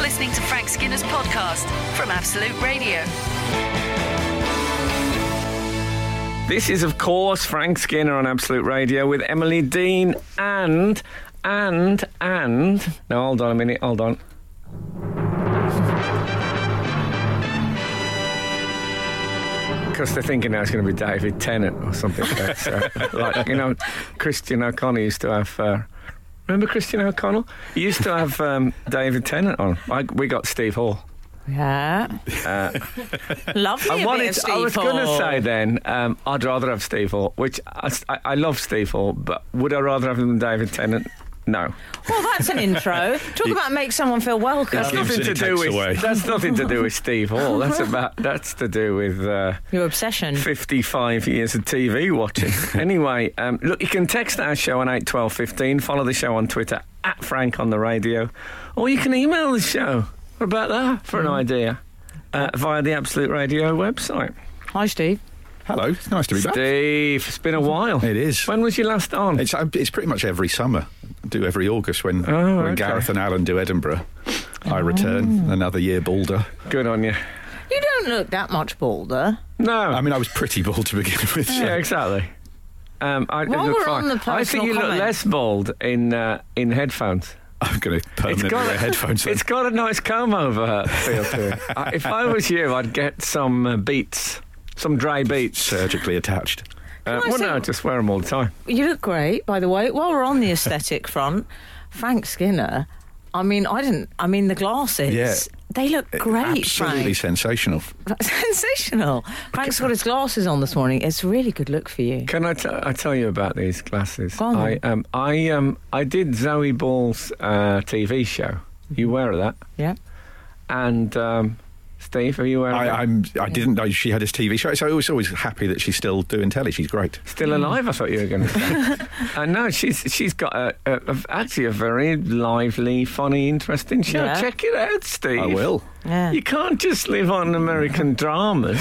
listening to Frank Skinner's podcast from Absolute Radio. This is, of course, Frank Skinner on Absolute Radio with Emily Dean and, and, and. Now, hold on a minute, hold on. Because they're thinking now it's going to be David Tennant or something. like that, so, like, you know, Christian O'Connor used to have. Uh, remember Christian O'Connell? He used to have um, David Tennant on. I, we got Steve Hall. Yeah. Lovely. Uh, I a bit wanted. of to- I was Steve going to Hall. say then. Um, I'd rather have Steve Hall, which I, I, I love Steve Hall, but would I rather have him than David Tennant? No, Well, that's an intro. Talk about make someone feel welcome. that's gives nothing and to it do takes with. away. That's nothing to do with Steve Hall. That's about. That's to do with. Uh, Your obsession. 55 years of TV watching. anyway, um, look, you can text our show on 81215, follow the show on Twitter at Frank on the radio, or you can email the show. What about that Mm. for an idea? Uh, via the Absolute Radio website. Hi, Steve. Hello, it's nice to be back. Steve, it's been a while. It is. When was you last on? It's um, it's pretty much every summer. I do every August when Oh, when okay. Oh. Gareth and Alan do Edinburgh. I return another year balder. Good on you. You don't look that much bolder. No. I mean, I was pretty bald to begin with. so- Oh. yeah, exactly. Um, I, it While looked we're on fine. the I think personal you look comment- less bald in uh, in headphones. I'm going to permanently wear headphones. It's got a nice comb over feel to it. I- if I was you, I'd get some uh, beats, some dry beats. Uh, surgically attached. I well, say- no, just wear them all the time. You look great, by the way. While we're on the aesthetic front, Frank Skinner. I mean, I didn't. I mean, the glasses. Yeah. They look great, Absolutely Frank. sensational. Sensational. Frank's got his glasses on this morning. It's a really good look for you. Can I, t- I tell you about these glasses? Go on. I um, I um, I did Zoe Ball's uh, TV show. You aware of that? Yeah. And um, Steve, are you aware? I, of that? I'm. I didn't know she had a TV show. So I was always happy that she's still doing telly. She's great. Still alive, I thought you were going to say. I know she's she's got a, a, a- actually a very lively, funny, interesting show. Yeah. Check it out, Steve. I will. Yeah. You can't just live on American dramas.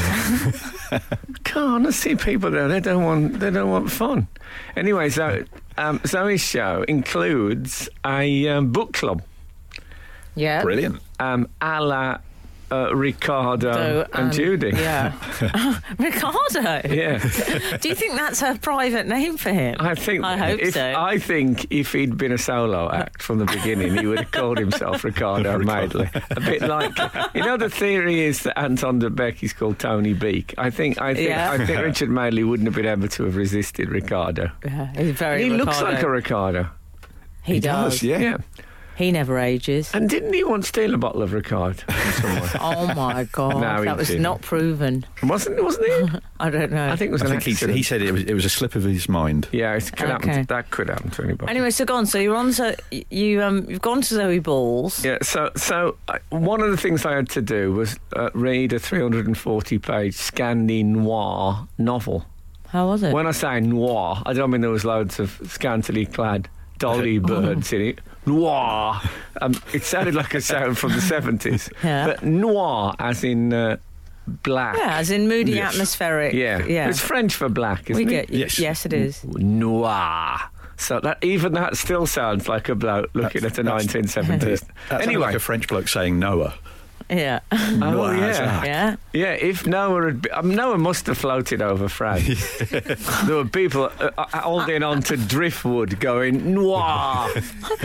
can't. I see people there. They don't want. They don't want fun. Anyway, so um, Zoe's show includes a um, book club, yeah. Brilliant. um, a la uh, Ricardo So, and um, Judy. Yeah. Ricardo. Yeah. Do you think that's her private name for him? I think. I hope if, so. I think if he'd been a solo act from the beginning, he would have called himself Ricardo Madeley. A bit like you know the theory is that Anton de Beck is called Tony Beak. I think. I think. Yeah. I think Richard Madeley wouldn't have been able to have resisted Ricardo. Yeah, he's very. He looks Ricardo. like a Ricardo. He, does. Yeah. Yeah. He never ages. And didn't he once steal a bottle of Ricardo? from someone? oh my god, No, he that was didn't. not proven. wasn't wasn't he? I don't know. I think it was I an think he, said- accident. he said it was, it was a slip of his mind. yeah, it could happen. Okay. That could happen to anybody. Anyway, so gone. So you're on. So you um you've gone to Zoe Balls. Yeah, so so uh, one of the things I had to do was uh, read a 340-page Scandi noir novel. How was it? When I say noir, I don't mean there was loads of scantily clad dolly birds in it. Noir. Um, it sounded like a sound from the 70s. Yeah. But noir, as in uh, black. yeah, as in moody, Yes. atmospheric. Yeah. yeah. It's French for black, isn't we it? get yes. Yes. yes, it is. noir. So that even that still sounds like a bloke looking That's- at that's- a 1970s. That sounded anyway, like a French bloke saying Noah. Yeah, oh Noah, yeah. isn't it? yeah. Yeah, if Noah had, be- um, Noah must have floated over France. there were people uh, uh, holding on to driftwood, going noir,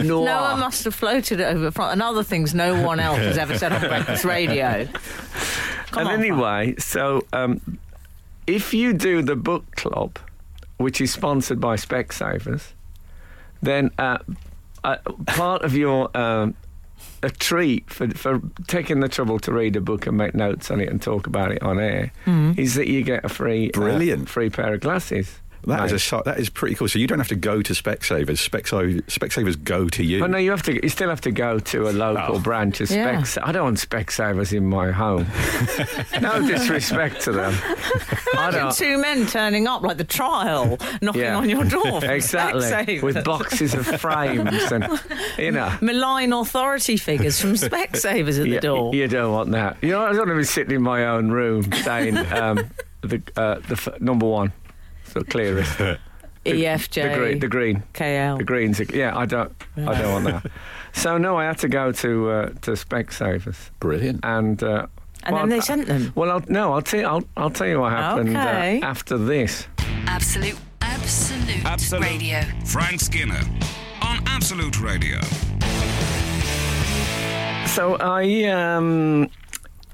noir. Noah must have floated over front, and other things no one else has ever said on breakfast radio. Come and on, anyway, so um, if you do the book club, which is sponsored by Specsavers, then uh, uh, part of your um, a treat for, for taking the trouble to read a book and make notes on it and talk about it on air is that you get a free uh, Mm-hmm. Brilliant. free pair of glasses. That is Mate. a so- that is pretty cool. So you don't have to go to Specsavers. Specsavers, Specsavers go to you. But no, you have to. You still have to go to a local Oh. branch of Yeah. Specs. I don't want Specsavers in my home. no disrespect to them. I Imagine don't. two men turning up like the trial, knocking Yeah. on your door. for Exactly, Specsavers. with boxes of frames and you know. malign authority figures from Specsavers at the Yeah, door. You don't want that. You know, I don't want to be sitting in my own room saying um, the uh, the f- number one, so clearest. The, EFJ, The green. The green. KL. The greens. Yeah, I don't. I don't want that. So no, I had to go to uh, to Specsavers, Brilliant. and uh, And well, then they I- sent them. Well, I'll, no, I'll tell I'll, I'll tell you what happened uh, Okay. after this. Absolute, absolute, Absolute. radio. Frank Skinner on Absolute Radio. So I um,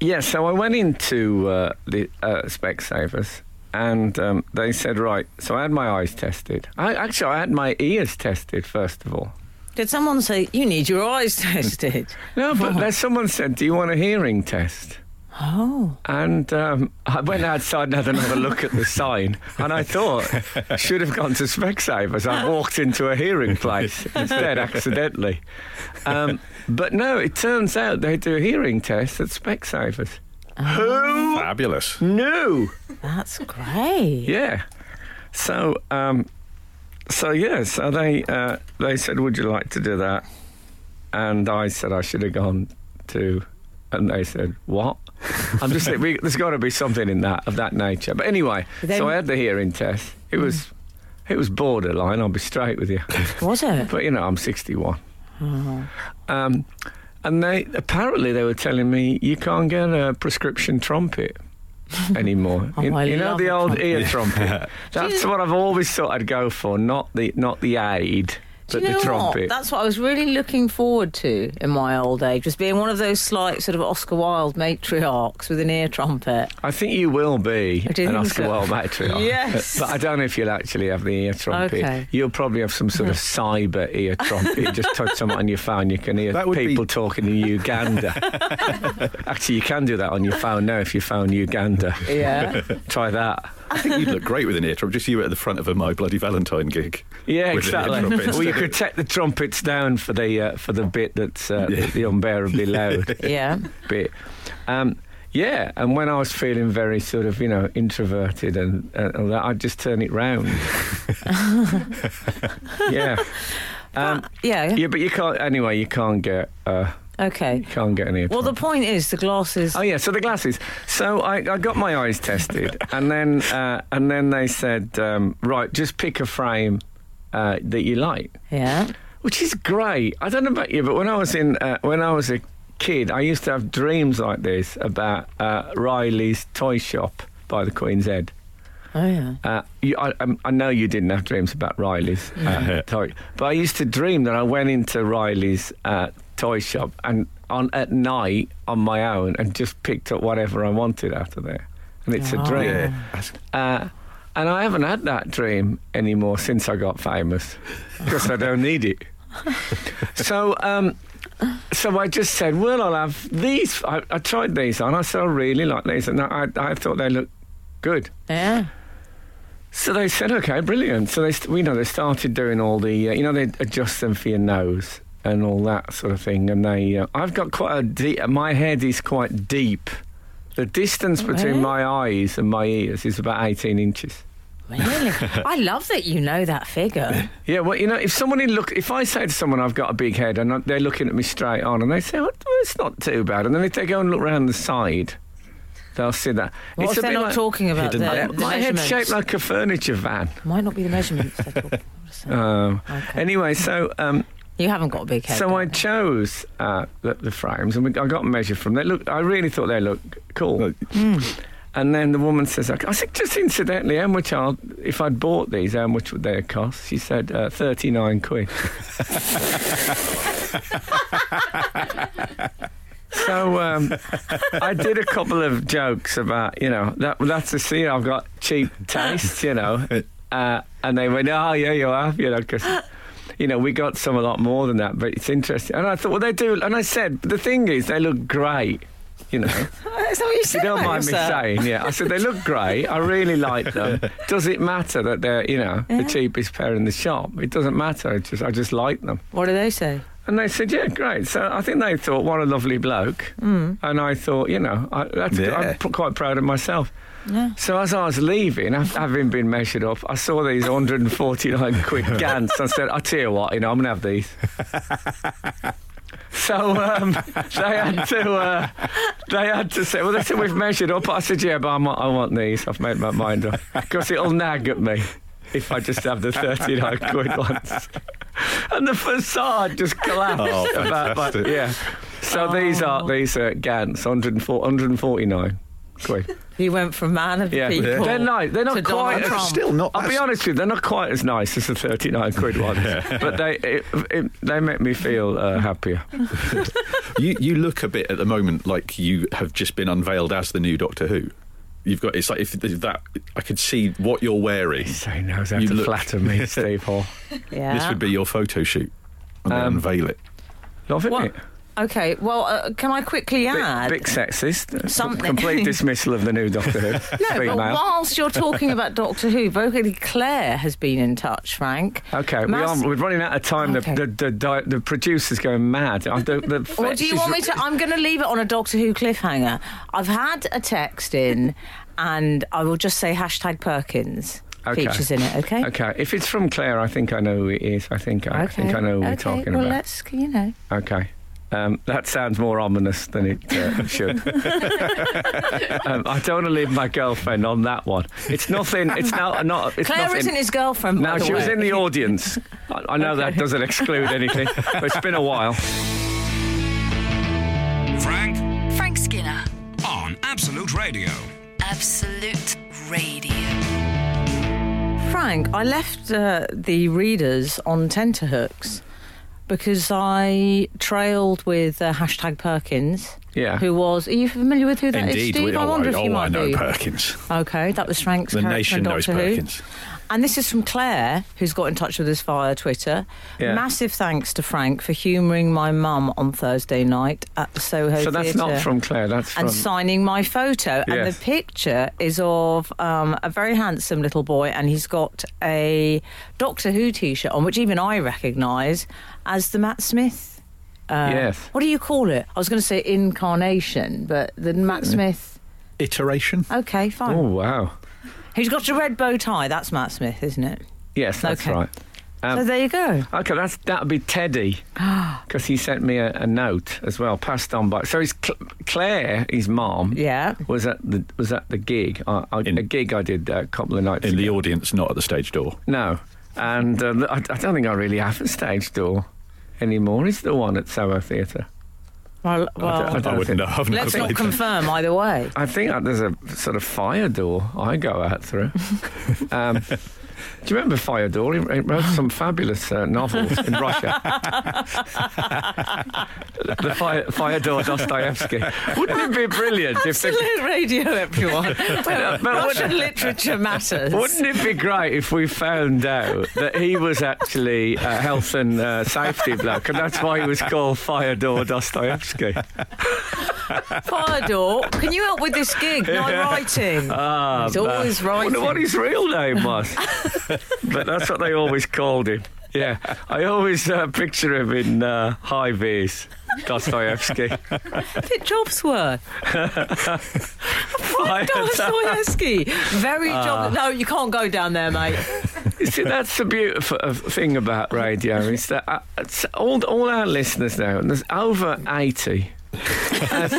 yeah, so I went into uh, the uh, Specsavers. And um, they said, right. So I had my eyes tested. I, actually, I had my ears tested first of all. Did someone say you need your eyes tested? No, but then someone said, do you want a hearing test? oh, And um, I went outside and had another look at the sign, and I thought should have gone to Specsavers. I walked into a hearing place instead, accidentally. Um, but no, it turns out they do a hearing test at Specsavers. Who Fabulous. knew? that's great. Yeah. So, um, so yeah. So they uh, they said, "Would you like to do that?" And I said, "I should have gone to." And they said, "What?" I'm just saying, we, there's got to be something in that of that nature. But anyway, Then- so I had the hearing test. It was it was borderline. I'll be straight with you. Was it? But you know, I'm 61. Um, and they apparently they were telling me you can't get a prescription trumpet anymore. Oh, you, I you know love the a old trumpet. ear trumpet. That's what I've always thought I'd go for, not the not the aid, Do but you know the what? trumpet. That's what I was really looking forward to in my old age, was being one of those slight sort of Oscar Wilde matriarchs with an ear trumpet. I think you will be I do an think Oscar so. Wilde matriarch. Yes. But I don't know if you'll actually have the ear trumpet. Okay. You'll probably have some sort of cyber ear trumpet. You just touch something on your phone, you can hear That would be- people talking in Uganda. actually, you can do that on your phone now if you phone Uganda. Yeah. Try that. I think you'd look great with an ear trumpet. Just you at the front of a My Bloody Valentine gig. Yeah, with an ear exactly. trumpet Well, you instead could of- take the trumpets down for the uh, for the bit that's uh, Yeah. the unbearably loud. yeah. bit. Um, yeah, and when I was feeling very sort of, you know, introverted and, and all that, I'd just turn it round. yeah. Um, Yeah. yeah, but you can't, anyway, you can't get, uh, Okay. can't get any. Well, the point is, the glasses. Oh yeah, so the glasses. So I, I got my eyes tested, and then uh, and then they said, um, right, just pick a frame uh, that you like Yeah. which is great. I don't know about you, but when I was in uh, when I was a kid, I used to have dreams like this about uh, Riley's toy shop by the Queen's Head. Oh, yeah. Uh, you, I, um, I know you didn't have dreams about Riley's uh, toy, but I used to dream that I went into Riley's uh, toy shop and on at night on my own and just picked up whatever I wanted out of there, and it's a Oh. dream. Yeah. That's- Uh, and I haven't had that dream anymore since I got famous because I don't need it. So, um, so I just said, "Well, I'll have these." I, I tried these on. I said, "I really like these," and I, I thought they looked good. Yeah. So they said, "Okay, brilliant." So they, st- we know, they started doing all the, uh, you know, they adjust them for your nose and all that sort of thing. And they, uh, I've got quite a deep. My head is quite deep. The distance between Oh, really? my eyes and my ears is about eighteen inches. Really? I love that you know that figure. Yeah, well, you know, if somebody look, if I say to someone I've got a big head and I- they're looking at me straight on, and they say, "Oh, well, "It's not too bad," and then if they go and look round the side, they'll see that. What It's if a they're bit not like- talking about the, hidden My, the depth. my head's measurements? shaped like a furniture van. Might not be the measurements they're talking about. Um, Okay. Anyway, so um, You haven't got a big head. so I darling. chose uh, the, the frames, and we, I got measured from them. Look, I really thought they looked cool. Well, And then the woman says, I said, just incidentally, how much are, if I'd bought these, how much would they have cost? She said, uh, 39 quid. so um, I did a couple of jokes about, you know, that that's a see, I've got cheap taste, you know. Uh, and they went, oh, yeah, you have, you know, 'cause, You know, we got some a lot more than that, but it's interesting. And I thought, well, they do. And I said, the thing is, they look great, you know. Is that what you If you said? don't mind me Marissa? saying, yeah. I said they look great. I really like them. Does it matter that they're, you know, the Yeah. cheapest pair in the shop? It doesn't matter. I just, I just like them. What do they say? And they said, yeah, great. So I think they thought, what a lovely bloke. Mm. And I thought, you know, I, that's, Yeah. I'm p- quite proud of myself. Yeah. So as I was leaving, af- having been measured up, I saw these 149 quid gants. I said, I tell you what, you know, I'm gonna have these. So um, they had to, uh, they had to say, well, they said we've measured up. I said, yeah, but I'm, I want these. I've made my mind up because it'll nag at me if I just have the 39 quid ones. and the facade just collapsed. Oh, about my- fantastic. yeah. So these Oh. are these are Gans, 104 149 quid. He went from man of the Yeah. people. They're nice. They're not to quite Donald as- Trump. Still not. I'll be that's- honest with you, they're not quite as nice as the 39 quid ones, but they it, it, they make me feel uh, happier. You you look a bit at the moment like you have just been unveiled as the new Doctor Who. You've got it's like if th- that I could see what you're wearing. So he knows how You to look- flatter me, Steve Hall. Yeah. This would be your photo shoot and they Um, unveil it. Loving What- it. Okay. Well, uh, can I quickly Bit, add? bit sexist. Ah, Something. Complete dismissal of the new Doctor Who. no, Female. but whilst you're talking about Doctor Who, vocally Claire has been in touch, Frank. Okay, Mass- we are, we're running out of time. Okay. The, the, the, di- the producer's going mad. I- The, the Or do you want me to? I'm going to leave it on a Doctor Who cliffhanger. I've had a text in, and I will just say hashtag Perkins Okay. features in it. Okay. Okay, if it's from Claire, I think I know who it is. I think I, I think I know who we're okay. talking well, about. let's you know. Okay. Um, that sounds more ominous than it uh, should. um, I don't want to leave my girlfriend on that one. It's nothing. It's not. not it's Claire nothing. isn't his girlfriend. no, by the she way. was in the audience. I, I know that doesn't exclude anything, but it's been a while. Frank Frank Skinner. on Absolute Radio. Absolute Radio. Frank, I left uh, the readers on tenterhooks because I trailed with uh, hashtag Perkins. Yeah. Who was? Are you familiar with who that is? Indeed, Steve? we, I oh, wonder I, if you oh, I might know be. Perkins. Okay, that was Frank's The character nation in knows Doctor Perkins. Who. And this is from Claire, who's got in touch with us via Twitter. Yeah. Massive thanks to Frank for humouring my mum on Thursday night at the Soho So that's Theatre not from Claire. That's from. and signing my photo. And Yes. the picture is of um, a very handsome little boy, and he's got a Doctor Who t shirt on, which even I recognise as the Matt Smith. Uh, Yes. What do you call it? I was going to say incarnation, but the Matt Smith. Iteration. Okay, fine. Mm. oh wow. He's got a red bow tie. That's Matt Smith, isn't it? Yes, that's Okay. right. Um, so there you go. Okay, that's that'd be Teddy, because he sent me a, a note as well, passed on by. So it's Cl- Claire, his mom, Yeah. was at the was at the gig, I, I, In- a gig I did uh, a couple of nights In ago. the audience, not at the stage door. no, and uh, I, I don't think I really have a stage door anymore. Is the one at Soho Theatre? Well, well I don't I wouldn't think- know. I haven't let's got not it. confirm either way. I think that there's a sort of fire door I go out through. um, do you remember Fire Door? He he wrote some fabulous uh, novels in Russia. the fire, fire Door Dostoevsky. Wouldn't it be brilliant if the, Absolute radio, everyone. Well, Russian literature matters. Wouldn't it be great if we found out that he was actually a health and uh, safety bloke, and that's why he was called Fire Door Dostoevsky? Fire door. Can you help with this gig? My writing. Ah, He's man. always Wonder writing. what his real name was. but that's what they always called him. Yeah, I always uh, picture him in uh, high vis. Dostoevsky. Pit jobs were. Fire door. Dostoevsky. Very Ah. job. No, you can't go down there, mate. You See, that's the beautiful uh, thing about radio is that uh, it's all, all our listeners now, and there's over 80, have,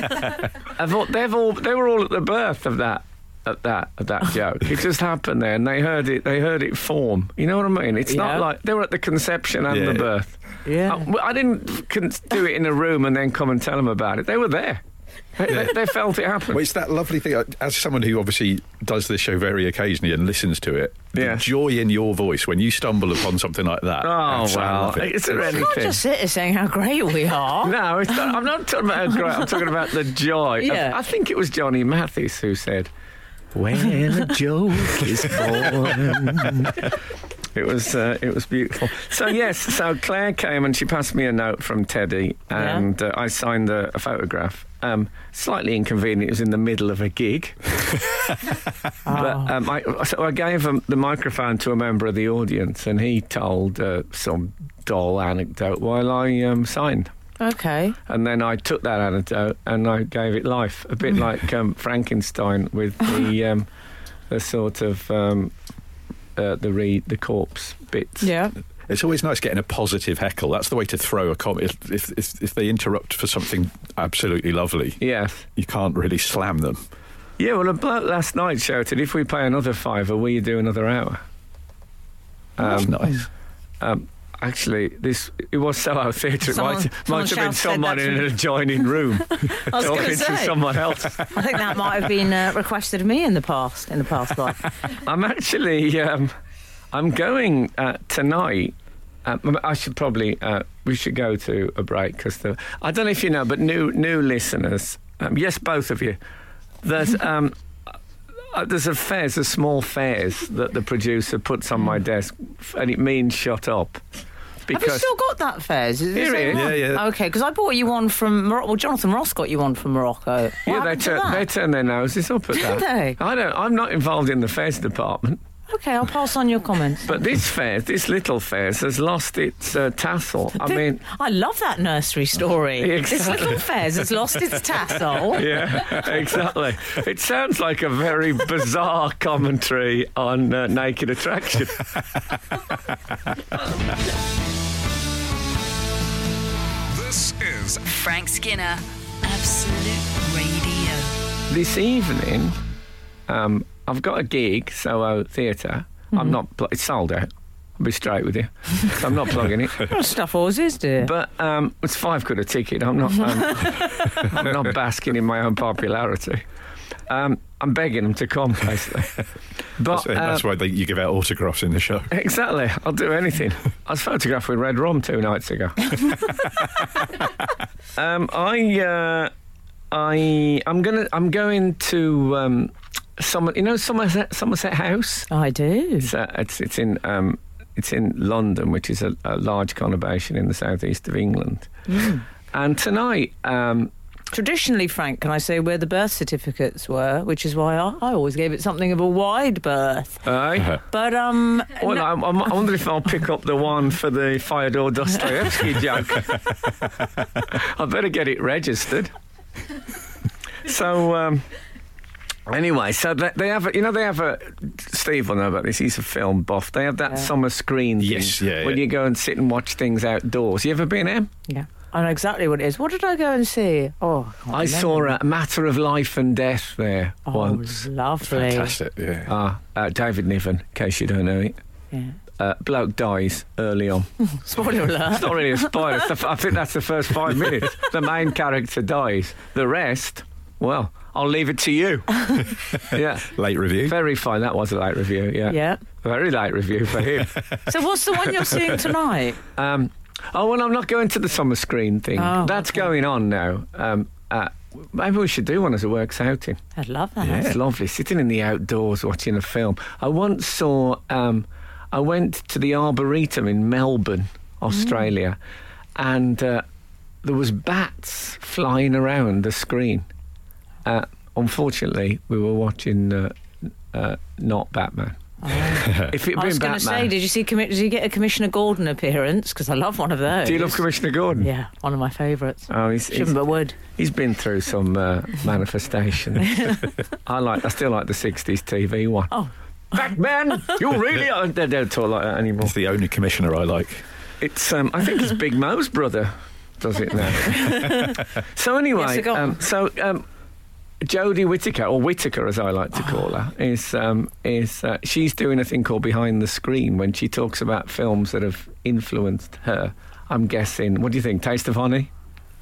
have all, they've all, they were all at the birth of that. At that, at that joke, it just happened there, and they heard it. They heard it form. You know what I mean? It's Yeah. not like they were at the conception and Yeah. the birth. I, Yeah. well, I didn't con- do it in a room and then come and tell them about it. They were there. They, they, they felt it happen. Well, it's that lovely thing. uh, As someone who obviously does this show very occasionally and listens to it, Yeah. the joy in your voice when you stumble upon something like that. oh that's- I well, love it. is there anything? Can't just sit here saying how great we are. No, it's not, I'm not talking about how great. I'm talking about the joy. Yeah. I, I think it was Johnny Mathis who said, "When a joke is born." It was uh, it was beautiful. So yes, so Claire came and she passed me a note from Teddy, Yeah. and uh, I signed a, a photograph. Um, slightly inconvenient. It was in the middle of a gig, Oh. but um, I, so I gave um, the microphone to a member of the audience, and he told uh, some dull anecdote while I um, signed. Ah. Okay. And then I took that anecdote and I gave it life, a bit like um, Frankenstein with the um, the sort of um, uh, the re- the corpse bits. Yeah. It's always nice getting a positive heckle. That's the way to throw a comment. If, if, if, if they interrupt for something absolutely lovely, Yes. you can't really slam them. Yeah. Well, a bloke last night shouted, "If we pay another fiver, will you do another hour?" That's nice. Um, I actually, this it was Soho Theatre. It Someone- might, someone might have been shout- said someone that in to an me. adjoining room I was going talking to to say. someone else. I think that might have been uh, requested of me in the past, in the past life. I'm actually, um, I'm going uh, tonight. Uh, m- I should probably uh, we should go to a break because the I don't know if you know, but new new listeners, um, yes, both of you. There's um, uh, there's a fairs, a small fairs that the producer puts on my desk, f- and it means shut up Hmm. Have you because still got that Fez? Is it the Here it same is. one? Yeah, yeah. Okay, because I bought you one from Morocco. Well, Jonathan Ross got you one from Morocco. What yeah, they happened to turn that? they turn their noses up at Did that. they? I don't. I'm not involved in the fairs department. Okay, I'll pass on your comments. But this fair, this little fair, has lost its uh, tassel. I mean, I love that nursery story. This Exactly. little Fez has lost its tassel. yeah, exactly. It sounds like a very bizarre commentary on uh, naked attraction. This is Frank Skinner, Absolute Radio. this evening, um, I've got a gig, Soho theater Mm-hmm. I'm not. Pl- it's sold out. I'll be straight with you. So I'm not plugging it. Well, stuff always is, dear. But um, it's five quid a ticket. I'm not. Um, I'm not basking in my own popularity. Um, I'm begging them to come, basically. That's, But that's uh, why they, you give out autographs in the show. exactly, I'll do anything. I was photographed with Red Rum two nights ago. um, I, uh, I, I'm gonna, I'm going to um, Somerset. You know Somerset, Somerset House. I do. It's, uh, it's, it's in um, it's in London, which is a, a large conurbation in the southeast of England. And tonight, um, Traditionally, Frank, can I say where the birth certificates were, which is why I, I always gave it something of a wide berth. I, But um, well, no- I, I'm- I wonder if I'll pick up the one for the Fyodor Dostoevsky joke. I better get it registered. So. Um, Anyway, so they, they have, a, you know, they have a. Steve will know about this. He's a film buff. They have that Yeah. summer screen. thing Yes, yeah, When yeah. you go and sit and watch things outdoors. You ever been, Em? yeah, I know exactly what it is. What did I go and see? Oh, can't I remember. saw a matter of life and death there Oh, once. lovely. Fantastic. Yeah. Ah, uh, David Niven, in case you don't know it. Yeah. Uh, bloke dies early on. Spoiler alert. It's not really a spoiler. it's the f- I think that's the first five minutes. The main character dies. The rest, well, I'll leave it to you. yeah. Late review. Very fine. That was a late review. Yeah. Yeah. Very late review for him. So what's the one you're seeing tonight? Um, oh, well, I'm not going to the summer screen thing. Oh, that's okay. going on now. Um, uh, maybe we should do one as a works outing. I'd love that. It's Oh, lovely sitting in the outdoors watching a film. I once saw. Um, I went to the Arboretum in Melbourne, Mm. Australia, and uh, there was bats flying around the screen. Uh, unfortunately, we were watching uh, uh, not Batman. if it had Oh. I been was going to Batman, say, did you see? commi- Did you get a Commissioner Gordon appearance? Because I love one of those. do you love Commissioner Gordon? Yeah, one of my favourites. Oh, he's, he's, Shouldn't but would. he's been through some uh, manifestations. I like. I still like the '60s TV one. Oh, Batman, you really are. They don't talk like that anymore. It's the only commissioner I like. It's, um, I think it's Big Mo's brother does it now. so anyway, Yes, go on. um, so um, Jodie Whittaker, or Whittaker as I like to call her, is um, is uh, she's doing a thing called Behind the Screen when she talks about films that have influenced her. I'm guessing. What do you think? Taste of Honey.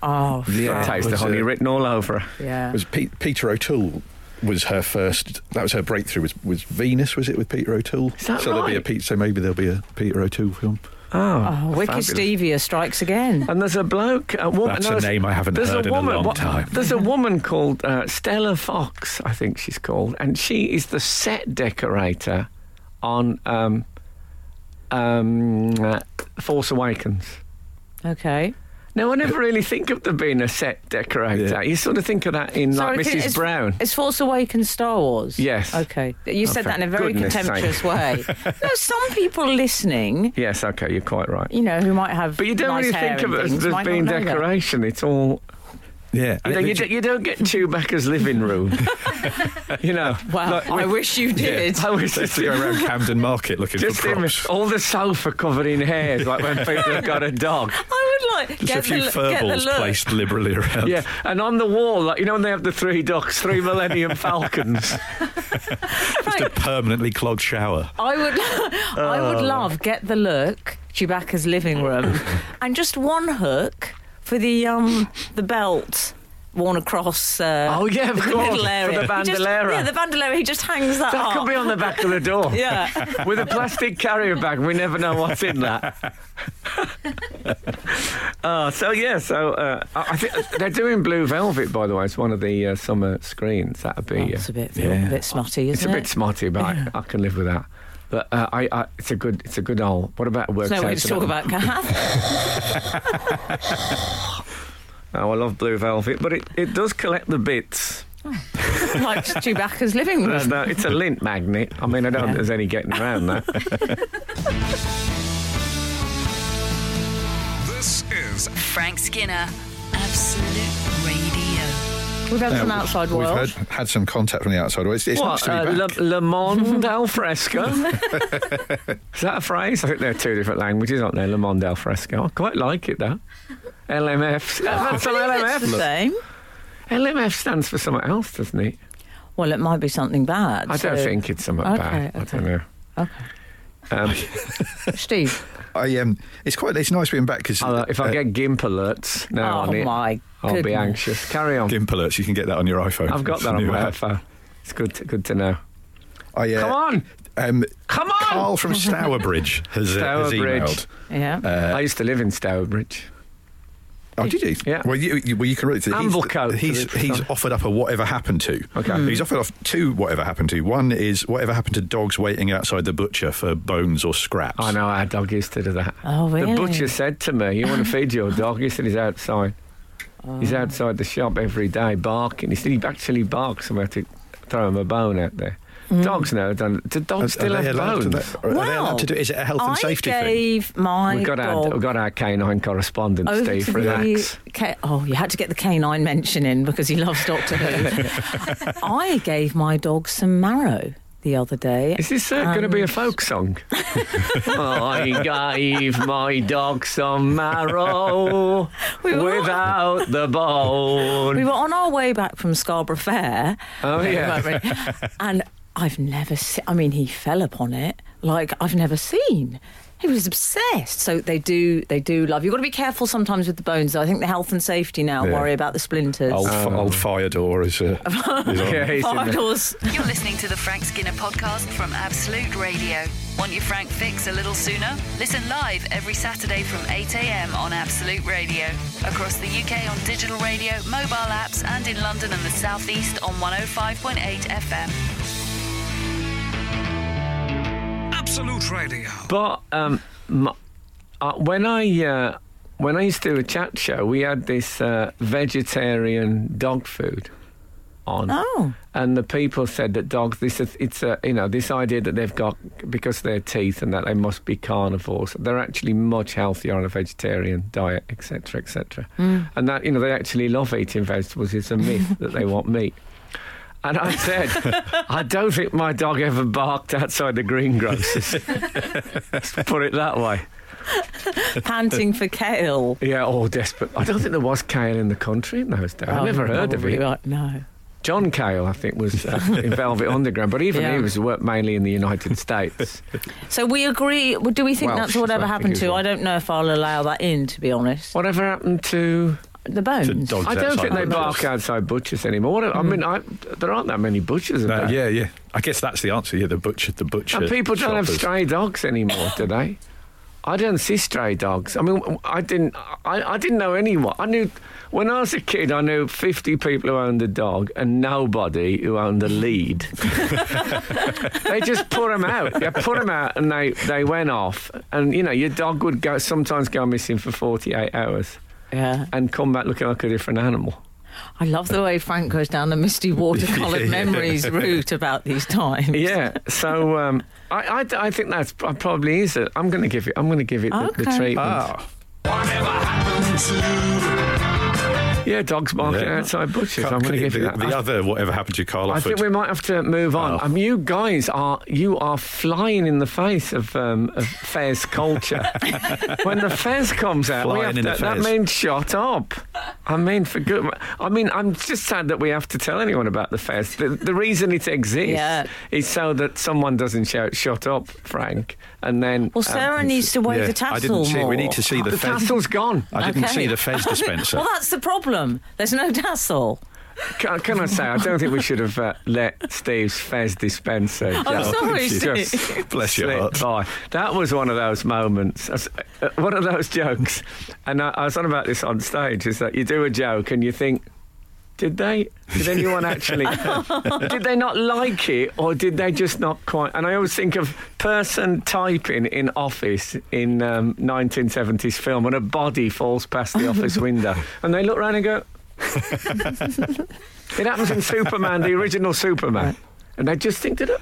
oh, Yeah. Frank. Taste of was Honey it- written all over her. yeah. Was Pe- Peter O'Toole was her first? That was her breakthrough. Was was Venus? Was it with Peter O'Toole? Is that so there'll be a right? Pete. So maybe there'll be a Peter O'Toole film. Oh, Wicked fabulous. Stevia strikes again. And there's a bloke, a woman. That's no, a there's- name I haven't there's heard in a a woman, long what- time. There's a woman called uh, Stella Fox, I think she's called, and she is the set decorator on um, um, uh, Force Awakens. Okay. Now, I never really think of there being a set decorator. Yeah. You sort of think of that in like Sorry, can- Mrs. is- Brown. Is Force Awakens Star Wars? Yes. Oh, Okay. You said for that in a very goodness contemptuous sake. way. no, some people listening, Yes, okay, you're quite right. you know, who might have. But you don't nice really hair think of and it things, as there's might not being know that. decoration. It's all. Yeah, You, know, you, do, you don't get Chewbacca's living room. you know. Wow. like, I wish you did. I wish Let's go around Camden Market looking for Just him, props. all the sofa covered in hairs, like when people have got a dog. I would like Just get a few the, look- get the furballs look. placed liberally around. Yeah, and on the wall, like you know, when they have the three ducks, three Millennium Falcons. Just a permanently clogged shower. I would, I would love get the look Chewbacca's living room, and just one hook for the um the belt worn across. Uh, Oh, yeah, of the course, middle for area. the He just- bandolera. yeah, the bandolera. He just hangs that, That up. could be on the back of the door. yeah. With a plastic carrier bag, we never know what's in that. uh, so yeah, so uh, I I think they're doing Blue Velvet, by the way. It's one of the uh, summer screens. That'd be. uh, It's a bit, Yeah. a bit smutty, it's isn't a it? bit smutty, but I, I can live with that. But uh, I, I, it's a good, it's a good old. What about work? There's no way Safe to Tonight? talk about Kath. Oh, I love Blue Velvet, but it, it does collect the bits. like Chewbacca's living There's room. no, it's a lint magnet. I mean, I don't think there's any getting around that. This is Frank Skinner, Absolute Radio. We've had Yeah, some we- outside We've world. had, had some contact from the outside world. It's, it's nice what to be uh, back. Le, Le Monde al fresco? is that a phrase? I think they're two different languages, aren't they? Le Monde al fresco. I quite like it though. LMF. That's an It's the LMF. same. LMF stands for something else, doesn't it? Well, it might be something bad. I don't so- think it's something Okay, bad. I okay. don't know. Okay. Um, Steve. I, um, it's quite. It's nice being back because I'll- uh, if I uh, get GIMP alerts now oh on it, my I'll goodness. be anxious. Carry on. Gimp alerts, you can get that on your iPhone. I've got It's a that on new my app. phone. It's good. To, good to know. I, uh, Come on, Um, come on. Carl from Stourbridge has, uh, has Stourbridge. emailed. Yeah. I used to live in Stourbridge. Oh, did you? Yeah. Well, you, you, well, you can read it. He's- Amblecote, He's, for the- he's offered up a whatever happened to. Okay. Mm. He's offered off two whatever happened to. One is whatever happened to dogs waiting outside the butcher for bones or scraps. I know our dog used to do that. Oh, really? The butcher said to me, "You want to feed your dog?" He said, "He's outside. Oh. He's outside the shop every day barking." He said he actually barks, and we had to throw him a bone out there. Mm. Dogs now don't. Do dogs Are- are still they have allowed to bones? do- Are they allowed to do it? Is it a health and I safety thing? gave my We've got our, dog we've got our canine correspondent, over Steve. to Relax. the ca- oh, you had to get the canine mention in because he loves Doctor Who. I gave my dog some marrow the other day. Is this uh, going to be a and- folk song? I gave my dog some marrow We were- without the bone. We were on our way back from Scarborough Fair. Oh, yeah. weren't we? and I've never seen. I mean, he fell upon it like I've never seen. He was obsessed. So they do, they do love. You've got to be careful sometimes with the bones. Though. I think the health and safety now Yeah. worry about the splinters. Oh, Oh, Old, fi- old fire door is. Uh, is on. Yeah, he's in Fire there. doors. You're listening to the Frank Skinner podcast from Absolute Radio. Want your Frank fix a little sooner? Listen live every Saturday from 8 a.m. on Absolute Radio. Across the UK on digital radio, mobile apps, and in London and the South East on 105.8 FM. Absolute Radio. But um, m uh, when I uh, when I used to do a chat show, we had this uh, vegetarian dog food on, Oh, and the people said that dogs. This is- it's a you know this idea that they've got because of their teeth and that they must be carnivores. They're actually much healthier on a vegetarian diet, etc., etc. Mm. And that you know they actually love eating vegetables. It's a myth that they want meat. And I said, I don't think my dog ever barked outside the greengrocers. Let's put it that way. panting for kale. Yeah, all desperate. I don't think there was kale in the country in those days. I Oh, never heard of probably it. Right, no. John Cale, I think, was uh, in Velvet Underground, but even Yeah. he was worked mainly in the United States. So we agree. well, Do we think Welsh that's is whatever what I think happened is to? what- I don't know if I'll allow that in, to be honest. Whatever happened to? The bones. dogs I don't outside think they butchers. bark outside butchers anymore. What- I mean, I, there aren't that many butchers Mm. No, about. yeah, yeah. I guess that's the answer. Yeah, the butcher, the butcher. And people don't have shoppers. stray dogs anymore, do they? I don't see stray dogs. I mean, I didn't. I, I didn't know anyone. I knew when I was a kid. I knew fifty people who owned a dog and nobody who owned a lead. they just put them out. They put them out, and they they went off. And you know, your dog would go sometimes go missing for forty eight hours Yeah. and come back looking like a different animal. I love the way Frank goes down the misty watercoloured memories route about these times. Yeah. So um, I, I I think that's uh, probably is it. I'm going to give it. I'm going to give it the, the Okay. treatment. Ah, Whatever happened to Yeah, dogs barking Yeah. outside butchers. I'm going to give the, you that. the I- other, whatever happened to Carl I Offord. think we might have to move on. Oh. Um, you guys are you are flying in the face of, um, of Fez culture. when the Fez comes out, we Flying have in to, the that Fez. means shut up. I mean, for good. I mean, I'm just sad that we have to tell anyone about the Fez. The, the reason it exists Yeah. is so that someone doesn't shout "shut up, Frank," and then um, Well, Sarah needs to wave yeah, the tassel I didn't see. more. We need to see the, the Fez. tassel's gone. I didn't Okay. see the Fez dispenser. Well, that's the problem. There's no tassel. Can, can I say, I don't think we should have uh, let Steve's Fez dispenser. I'm just- sorry, just Steve. Bless your slip heart. by. That was one of those moments, That's, uh, one of those jokes. And I, I was on about this on stage is that you do a joke and you think, did they? Did anyone actually? did they not like it or did they just not quite? And I always think of person typing in office in um, 1970s film and a body falls past the office window and they look round and go, it happens in Superman, the original Superman. And I just think, did it?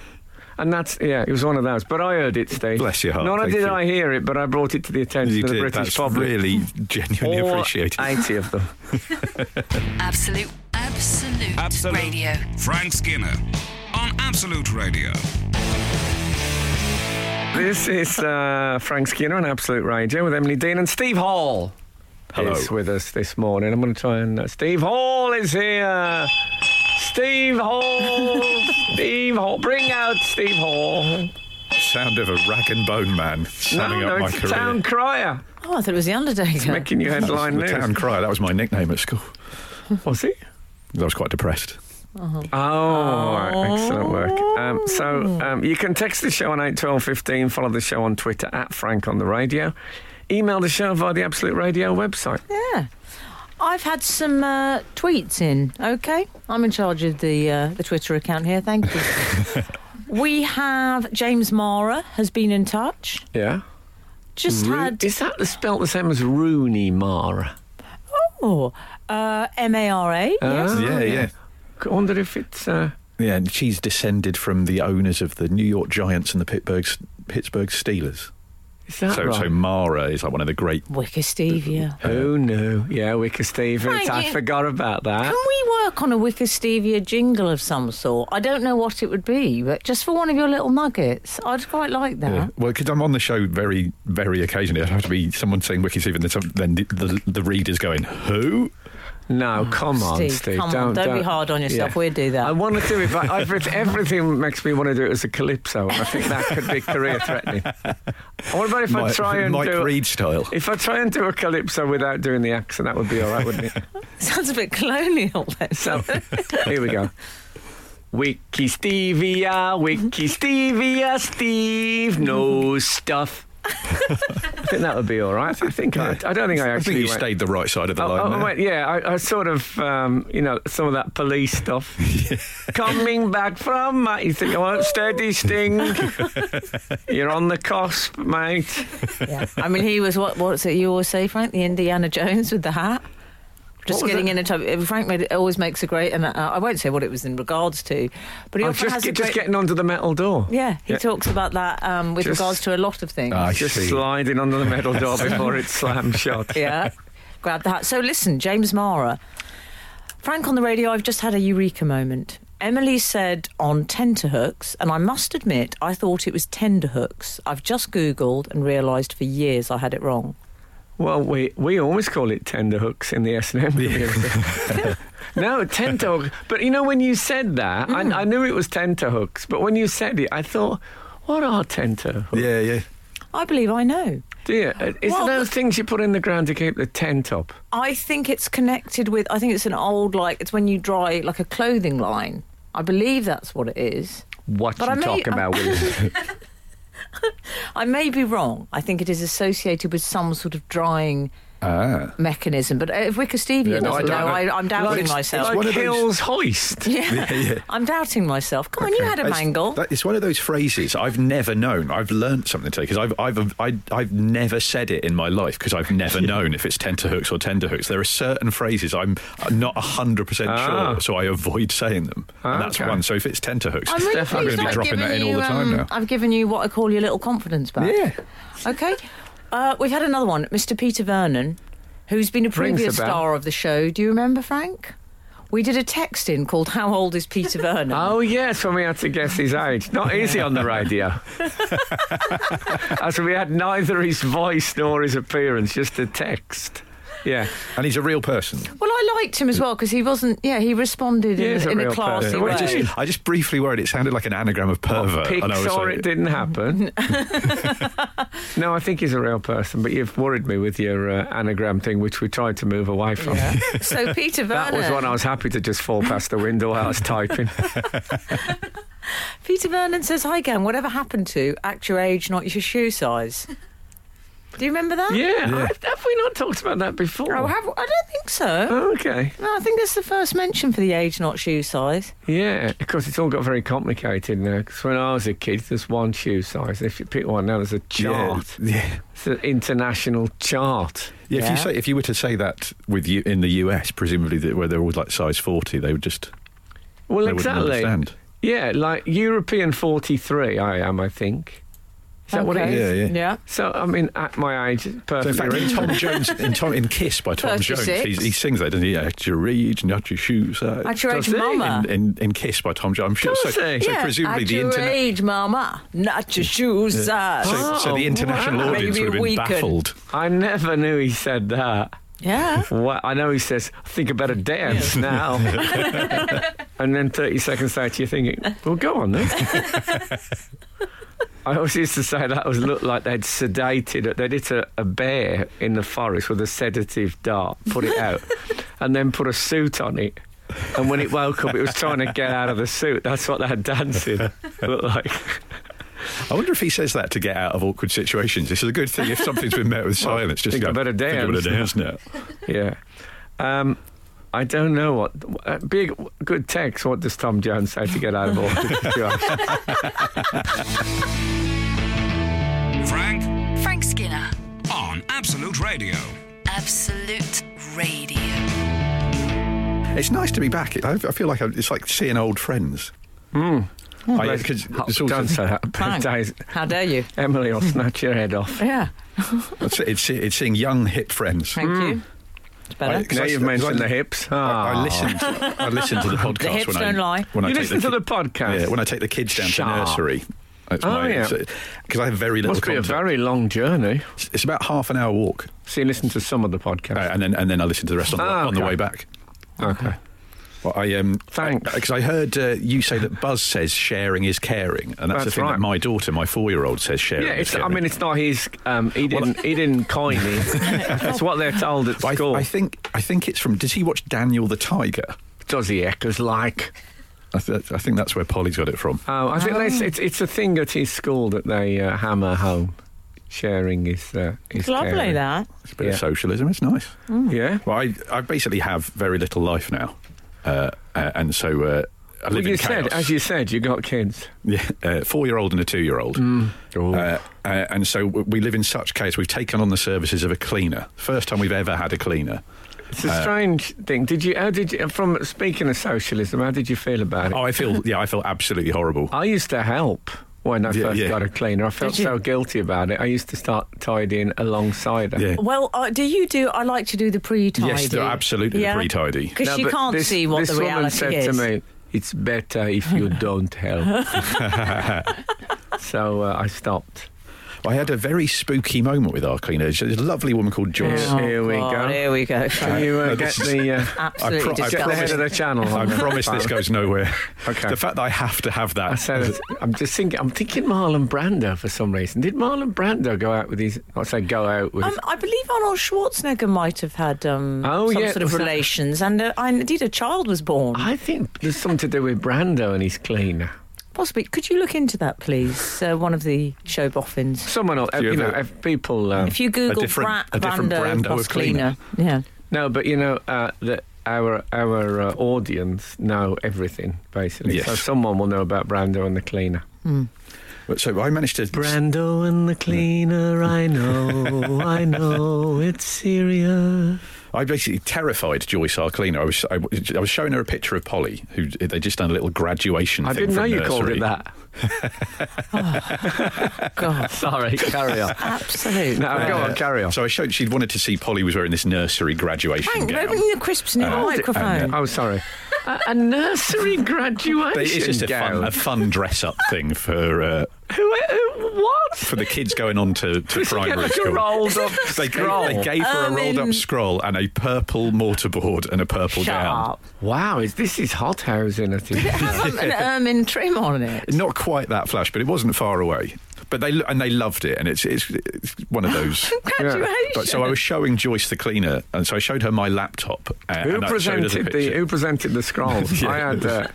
And that's, yeah, it was one of those. But I heard it, Steve. Bless your heart, Not only thank did you. I hear it, but I brought it to the attention you of the did. British That's public. really genuinely All appreciated. 80 of them. Absolute, absolute, Absolute. radio. Frank Skinner on Absolute Radio. This is uh, Frank Skinner on Absolute Radio with Emily Dean and Steve Hall. Hello. Is with us this morning. I'm going to try and. Uh, Steve Hall is here. Steve Hall. Steve Hall. Bring out Steve Hall. Sound of a rag and bone man summing no, up no, my it's career. a town crier. Oh, I thought it was the Undertaker. Making you That was headline the town news. crier. That was my nickname at school. Was he? I was quite depressed. Oh, all right. Oh, excellent work. Um, so Oh. um, you can text the show on 81215, follow the show on Twitter at Frank on the Radio, email the show via the Absolute Radio website. Yeah. I've had some uh, tweets in. Okay, I'm in charge of the uh, the Twitter account here. Thank you. we have James Mara has been in touch. Yeah. Just had Is that the spelt the same as Rooney Mara? oh uh, M A R A. Oh, Yes. yeah, yeah. I wonder if it's. Uh, Yeah, and she's descended from the owners of the New York Giants and the Pittsburgh, Pittsburgh Steelers. is that So, right? so Mara is like one of the great. Wicker Steve. Yeah. Oh no! Yeah, Wicker Stevens. Thank I you. forgot about Can that. we work on a Wicker Stevia jingle of some sort? I don't know what it would be, but just for one of your little nuggets, I'd quite like Uh-huh. that. Yeah. Well, because I'm on the show very, very occasionally. I'd have to be someone saying Wiki Steve, and then, some, then the, the, the reader's going, Who? No, come on, Steve. Steve, come on, don't, don't be hard on yourself. We'll do that. I want to do it, but I've read, everything makes me want to do it as a calypso, and I think that could be career threatening. What about if I Mike, try and Mike do Reed style. if I try and do a calypso without doing the accent? That would be all right, wouldn't it? Sounds a bit colonial. Then. So here we go. Wiki Stevia, Wiki Stevia, Steve knows stuff. I think that would be all right. I think I, I don't think I actually I think you went- stayed the right side of the Oh, line. oh, there. wait, yeah, I, I sort of, um, you know, some of that police stuff. Coming back from, mate. You think, oh, steady sting. You're on the cusp, mate. Yeah. I mean, he was what? What's it you always say, Frank? The Indiana Jones with the hat. Just What was getting it? in a trouble. Frank made it, always makes a great, and uh, I won't say what it was in regards to, but he I'm often just, has a just great. getting onto the metal door. yeah, he talks about that um, with Just- regards to a lot of things. I Just see. sliding under the metal door before it's slam shut. yeah, grab the hat. So listen, James Mara, Frank on the radio. I've just had a eureka moment. Emily said on tenterhooks, and I must admit, I thought it was tenderhooks. I've just googled and realised for years I had it wrong. Well, we we always call it tender hooks in the S and M community. No, tenter hooks. But you know, when you said that, Mm. I, I knew it was tenter hooks. But when you said it, I thought, what are tenter hooks? Yeah, yeah. I believe I know. Dear, is Well, it those things you put in the ground to keep the tent up? I think it's connected with. I think it's an old like it's when you dry like a clothing line. I believe that's what it is. What But you I may- talking about, William? I may be wrong. I think it is associated with some sort of drying Ah. mechanism. But if Wicker Stevie Yeah, no, I doesn't don't know, know. I, I'm doubting Like- myself. Like one of those- Hill's hoist. yeah. I'm doubting myself. Come on, you had a It's- mangle. that- it's one of those phrases I've never known. I've learnt something today because I've, I've, I, I've never said it in my life because I've never known if it's tenterhooks or tenderhooks. There are certain phrases I'm not 100% Ah. sure, so I avoid saying them. Ah, and that's okay. one. So if it's tenterhooks, I'm really I'm pleased going to be I've dropping given that in all you, the time um, now. I've given you what I call your little confidence back. Yeah. Okay. Uh, we've had another one. Mr. Peter Vernon who's been a Rings previous a bell. star of the show. Do you remember, Frank? We did a text in called How Old is Peter Vernon? Oh yes, when we had to guess his age. Not easy on the radio. As we had neither his voice nor his appearance, just a text. Yeah. And he's a real person. Well, I liked him as well because he wasn't, yeah, he responded He in, is a- a in a real classy person. way. Well, I just, I just briefly worried it sounded like an anagram of pervert. Pick and I was saw like, it didn't happen. no, I think he's a real person, but you've worried me with your uh, anagram thing, which we tried to move away from. so Peter That Vernon, was when I was happy to just fall past the window while I was typing. Peter Vernon says, "Hi, gang. Whatever happened to act your age, not your shoe size?" Do you remember that? Yeah, I- Oh, have we not talked about that before? Oh, have, I don't think so. Okay. No, I think that's the first mention for the age, not shoe size. Yeah, of course, it's all got very complicated now. Because when I was a kid, there's one shoe size. If you pick one now, there's a Yeah, chart. yeah. It's an international chart. Yeah, if Yeah. you say if you were to say that with you in the US, presumably that where they're all like size forty, they would just Well, they wouldn't exactly. understand. Yeah, like European 43, I am, I think. Is that what it Okay. is? Yeah, yeah. Yeah. So, I mean, at my age, it's So in perfectly fact, in reasonable. Tom Jones in, Tom, in Kiss by Tom 36. Jones, he's, he sings that, doesn't he? At your age, not your shoes. size. At your Does age, he? mama. in, in, in Kiss by Tom Jones. I'm sure. So, Does so he? yeah, presumably at the your internet. age, mama, not your shoe size. So, so the Oh, international wow. audience Maybe would have we been can- baffled. I never knew he said that. Yeah. Well, I know he says, I think I better dance now. and then 30 seconds later, you're thinking, well, go on then. I always used to say that was looked like they'd sedated it. They'd hit a, a bear in the forest with a sedative dart, put it out, and then put a suit on it. And when it woke up, it was trying to get out of the suit. That's what that dancing looked like. I wonder if he says that to get out of awkward situations. This is a good thing if something's been met with silence. Just think go, I better Think I dance." better dance now. Yeah. Um, I don't know what. Uh, big, good text. What does Tom Jones say to get out of awkward situations? Frank Frank Skinner, on Absolute Radio. Absolute Radio. It's nice to be back. I, I feel like I, it's like seeing old friends. Hmm. Mm. I, 'cause it's, Oh, all- don't say that. Frank, Days- How dare you? Emily will snatch your head off. Yeah. it's, it's, it's seeing young hip friends. Thank Mm. you. It's better. I- 'cause Now I- you've 'cause mentioned I- the hips. I, I Ah. listen. To, I listen to the podcast. hips when don't I, lie. When You I take listen to the podcast? Yeah, when I take the kids down Sharp. to nursery. That's Oh, my, yeah. Because I have very little Must be a content. very long journey. it's about half an hour walk, So you listen to some of the podcast. uh, and then and then I listen to the rest on the, Ah, on the okay. way back. Oh, okay. Well, I um, Thanks. Because I, heard uh, you say that Buzz says sharing is caring, and that's, the That's thing right. that my daughter, my four-year-old, says sharing. Yeah, is it's, I caring. mean, it's not his. Um, he didn't. he didn't coin it. That's what they're told at I, school. I think I think it's from. Did he watch Daniel the Tiger? Does he echoes like? I, th- I think that's where Polly's got it from. Oh, I think that's it's, it's a thing at his school that they uh, hammer home. Sharing is uh, is It's lovely caring. that. It's a bit Yeah. of socialism. It's nice. Yeah. Well, I, I basically have very little life now, uh, uh, and so uh, I live Well, in you said, chaos. as you said, you got kids. Yeah, uh, four-year-old and a two-year-old. Mm. Uh, uh, and so w- we live in such chaos. We've taken on the services of a cleaner. First time we've ever had a cleaner. It's a strange thing. Did you? How did you? From speaking of socialism, how did you feel about it? Oh, I feel yeah, I feel absolutely horrible. I used to help when I Yeah, first yeah. got a cleaner. I felt you? so guilty about it. I used to start tidying alongside her. Yeah. Well, uh, do you do? I like to do the pre-tidy. Yes, they're absolutely Yeah. pretty tidy. because No, you but can't this- see what this the woman reality said is. to me, "It's better if you don't help." so uh, I stopped. I had a very spooky moment with our cleaner. She's a lovely woman called Joyce. Oh, Here we God, go. Here we go. Can you uh, no, get this is- the uh, Absolutely pro- I get the head disgusting. of the channel? I on that promise this phone? goes nowhere. Okay. The fact that I have to have that. I said, it- I'm just thinking. I'm thinking Marlon Brando for some reason. Did Marlon Brando go out with his? I say go out with. Um, I believe Arnold Schwarzenegger might have had um, Oh, some yeah, sort was of that- relations, and uh, I, indeed a child was born. I think there's something to do with Brando and his cleaner. Possibly. Could you look into that, please? Uh, one of the show boffins. Someone else, uh, you you know, ever- if people. Um, If you Google different- Bra- a different Brando, Brando Boss of cleaner. yeah. no, but you know, uh, the, our our uh, audience know everything basically. Yes. So someone will know about Brando and the cleaner. But So I managed to. Mm. Brando and the cleaner. I know, I know, it's serious. I basically terrified Joy Sarclino. I was I, was- I was showing her a picture of Polly, who they just done a little graduation. I thing didn't from know you nursery. called it that. God, Sorry, carry on. absolute. No, go Uh, on, carry on. So I showed she'd wanted to see Polly was wearing this nursery graduation Frank, gown. open your crisps in your Uh, microphone. Oh, sorry. a, a nursery graduation But it's just a gown. fun, a fun dress up thing for uh, Who, who, what? for the kids going on to, to She gets primary like a school. rolled up They gave, scroll. they gave her Um, a rolled in- up scroll and a purple mortarboard and a purple Shut gown. up. Wow, is this is hot house in it? Have an ermine trim on it. Not quite that flash, but it wasn't far away. But they lo- and they loved it, and it's it's, it's one of those. Graduation. But so I was showing Joyce the cleaner, and so I showed her my laptop. Uh, Who and I showed her the presented the, picture. Who presented the scrolls? Yeah. I had. Uh,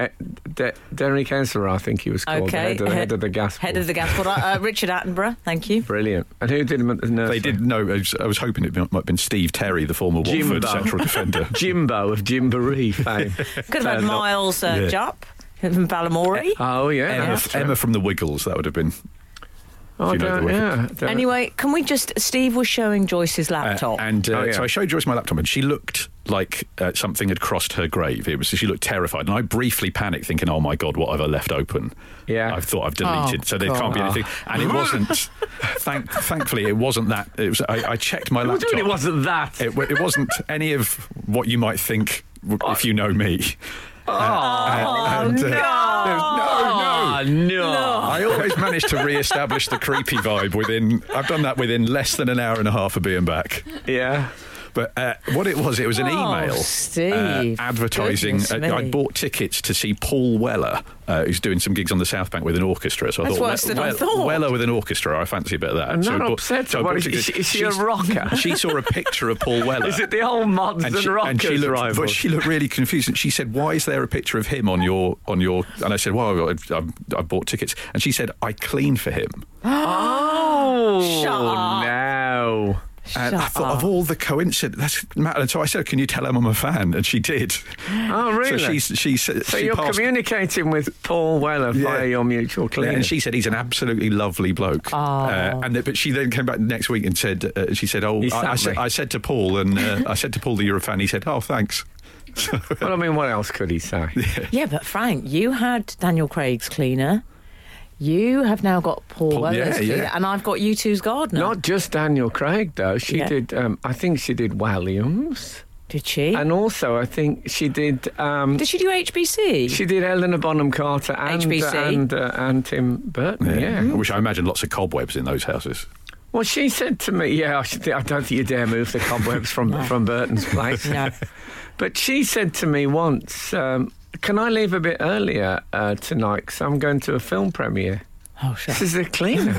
eh, De- Derek Ezra, I think he was called. the Okay. head, of- head of the gas. Head board. of the gas board. Uh, uh, Richard Attenborough, thank you. Brilliant. And who did him at the nursery? They did know. I was, I was hoping it might have been Steve Terry, the former Watford Jimbo. central defender. Jimbo of Jimboree fame. Could have had Uh, not- Miles uh, yeah. Jupp from Ballamore. Oh yeah, Emma, that's true. Emma from the Wiggles. That would have been. Oh, you know don't- the yeah, don't- Anyway, can we just? Steve was showing Joyce's Uh, laptop. and uh, Oh, yeah. so I showed Joyce my laptop, and she looked like uh, something had crossed her grave. It was she looked terrified, and I briefly panicked, thinking, "Oh my god, what have I left open?" Yeah. I thought I've deleted, Oh, so there God. can't be anything. And it wasn't. thank, thankfully, it wasn't that. It was. I, I checked my Well, laptop. dude, it wasn't that. It, wa- it wasn't any of what you might think w- if you know me. Oh, no. Oh, no. I always manage to re-establish the creepy vibe within. I've done that within less than an hour and a half of being back. Yeah. But uh, what it was, it was an Oh, email Steve. uh, advertising. Goodness uh, me. I bought tickets to see Paul Weller, uh, who's doing some gigs on the South Bank with an orchestra. So I That's thought, worse well, than I thought. Weller with an orchestra, I fancy a bit of that. I'm so I not bought- upset. so I What bought is- is she- tickets. is she a She's- rocker? She saw a picture of Paul Weller. Is it the old mods and, and she, rockers and she looked, rival? but she looked really confused. And she said, "Why is there a picture of him on your on your?" And I said, "Well, I, I, I bought tickets." And she said, "I clean for him." oh, Shut up. no. And I Shut thought up. of all the coincidence. That's Matt. And so I said, "Can you tell him I'm a fan?" And she did. Oh, really? So she's, she said, So she you're passed, communicating with Paul Weller Yeah. via your mutual Yeah, cleaner. and she said he's an absolutely lovely bloke. Uh, and th- but she then came back next week and said uh, she said, "Oh, He I, I, sapped me. said, I said to Paul and uh, I said to Paul that you're a fan." He said, "Oh, thanks." well, I mean, what else could he say? yeah, but Frank, you had Daniel Craig's cleaner. You have now got Paul, Paul- Weller's yeah, cleaner, yeah. and I've got you two's gardener. Not just Daniel Craig, though. She Yeah. did, um, I think she did Walliams. Did she? And also, I think she did. Um, Did she do HBC? she did Eleanor Bonham Carter and HBC. and, uh, and Tim Burton. Yeah. Which I imagine lots of cobwebs in those houses. Well, she said to me, "Yeah, I, should think, I don't think you dare move the cobwebs from from Burton's place." no. But she said to me once, um, "Can I leave a bit earlier uh, tonight? Because I'm going to a film premiere." Oh, This shut is a cleaner.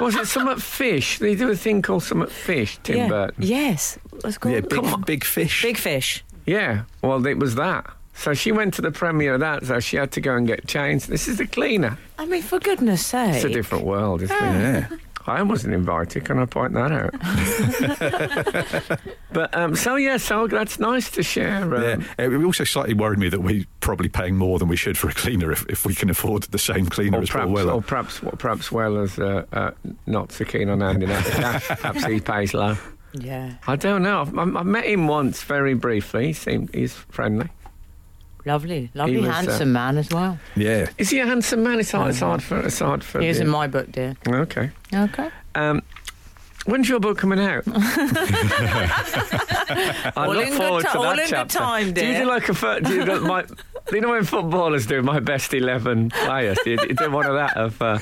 Was it Summit Fish? They do a thing called Summit Fish, Tim yeah. Burton. Yes. Let's go. Yeah, big, big fish. Big fish. Yeah, well, it was that. So she went to the premiere of that, so she had to go and get changed. This is the cleaner. I mean, for goodness' sake. It's a different world, isn't it? Yeah. I wasn't invited. Can I point that out? but um, so yeah, so that's nice to share. Yeah. Um, Uh, It also slightly worried me that we're probably paying more than we should for a cleaner if, if we can afford the same cleaner Or as Paul perhaps, Weller. or perhaps, or perhaps Weller's uh, uh, not so keen on handing out the cash. perhaps he pays low. Yeah. I don't know. I've, I've met him once, very briefly. He seemed he's friendly. Lovely. Lovely, was, uh, handsome man as well. Yeah. Is he a handsome man? It's hard, it's hard for. It's hard for. He was the- in my book, dear. okay. Okay. Um, when's your book coming out? I All look in good forward ti- to that all in good chapter. time, Do you dear. do like a fir- do you do my, you know when footballers do my best eleven players? Do you, you do one of that of uh,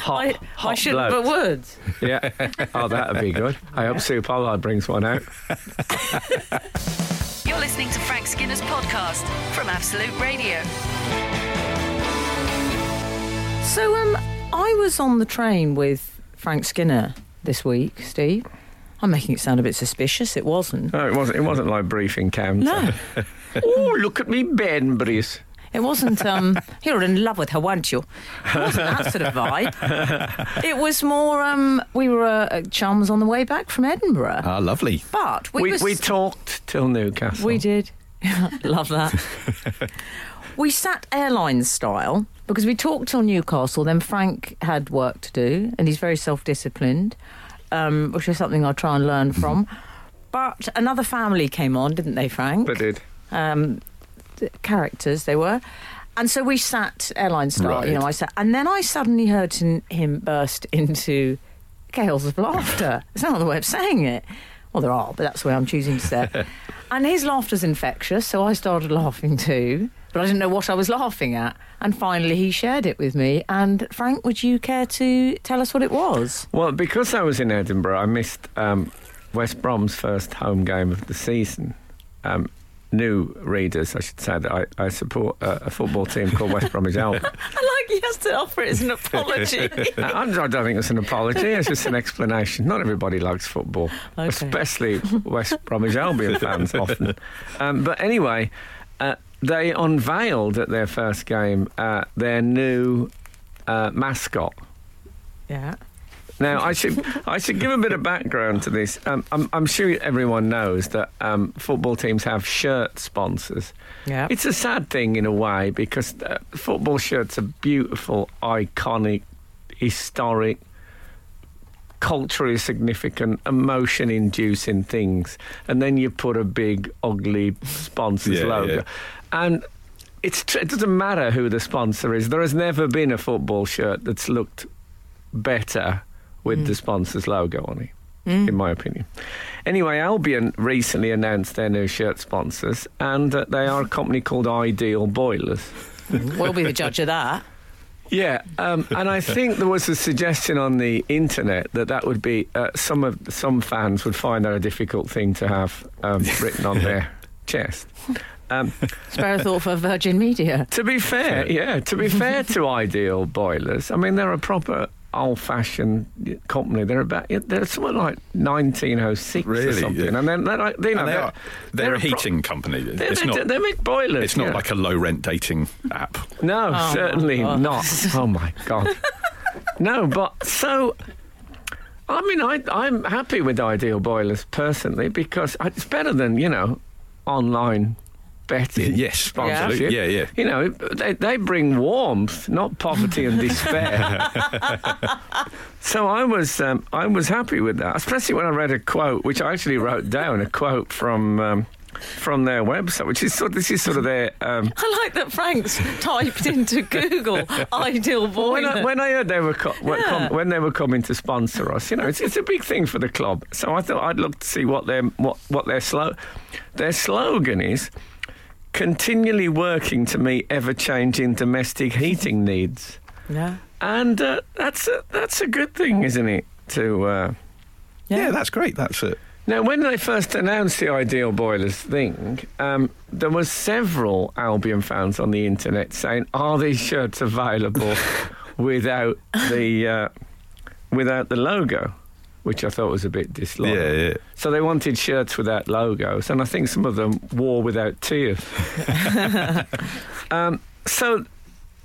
hot, I, hot I shouldn't, blokes? but would. Yeah. Oh, that'd be good. I hope Sue Pollard brings one out. You're listening to Frank Skinner's podcast from Absolute Radio. So, um, I was on the train with Frank Skinner this week, Steve. I'm making it sound a bit suspicious. It wasn't. No, it wasn't. It wasn't like briefing counter. No, Oh, look at me, Ben Brice. it wasn't. Um, you're in love with her, weren't you? It wasn't that sort of vibe. It was more. Um, we were uh, chums on the way back from Edinburgh, Ah, lovely. but we We, was- we Oh. talked till Newcastle. We did. Love that. we sat airline style because we talked till Newcastle. Then Frank had work to do, and he's very self disciplined, um, which is something I try and learn from. But another family came on, didn't they, Mm-hmm. Frank? But did. um, th- characters they were. And so we sat airline style, you Right. know, I sat, and then I suddenly heard him, him burst into gales of laughter. There's no other way of saying it. Well, there are, but that's the way I'm choosing to say it. and his laughter's infectious, so I started laughing too, but I didn't know what I was laughing at. And finally, he shared it with me. And Frank, would you care to tell us what it was? Well, because I was in Edinburgh, I missed um, West Brom's first home game of the season. Um, new readers, I should say, that I, I support a, a football team called West Bromwich Albion. I like he has to offer it as an apology. I I don't think it's an apology. It's just an explanation. Not everybody likes football, Okay. especially West Bromwich Albion fans often. Um, but anyway, uh, they unveiled at their first game uh, their new uh, mascot. yeah. Now, I should I should give a bit of background to this. Um, I'm, I'm sure everyone knows that um, football teams have shirt sponsors. Yeah. It's a sad thing in a way because uh, football shirts are beautiful, iconic, historic, culturally significant, emotion-inducing things, and then you put a big ugly sponsor's Yeah, logo, yeah. and. It's tr- it doesn't matter who the sponsor is. There has never been a football shirt that's looked better with the sponsor's logo on it, in my opinion. Anyway, Albion recently announced their new shirt sponsors, and uh, they are a company called Ideal Boilers. We'll be the judge of that. Yeah, um, and I think there was a suggestion on the internet that that would be uh, some of some fans would find that a difficult thing to have um, written on their chest. Um, Spare a thought for Virgin Media. To be fair, yeah, to be fair to Ideal Boilers, I mean, they're a proper old fashioned company. They're about, yeah, they're something like 1906 or Really? something. Yeah. And then they're like, you know, And they they're, are. They're, they're a pro- heating company. They, it's they, not. they make boilers. it's not yeah. like a low rent dating app. No, my certainly God. not. Oh my god. no, but so I mean I I'm happy with ideal boilers personally because it's better than, you know, online betting. Yes, sponsorship. absolutely. Yeah, yeah. You know, they, they bring warmth, not poverty and despair. so I was um, I was happy with that, especially when I read a quote, which I actually wrote down a quote from um, from their website, which is sort this is sort of their um, I like that Frank's typed into Google ideal when boiler. I, when I heard they were co- were com- when they were coming to sponsor us, you know, it's, it's a big thing for the club. So I thought I'd look to see what their what what their slo- their slogan is. Continually working to meet ever-changing domestic heating needs, yeah. and uh, that's a, that's a good thing, isn't it? To uh, Yeah. yeah. that's great. That's it. now, when they first announced the Ideal Boilers thing, um, there was several Albion fans on the internet saying, "Are these shirts available without the uh, without the logo?" Which I thought was a bit disloyal. Yeah, yeah. So they wanted shirts without logos, and I think some of them wore without tears. um, so.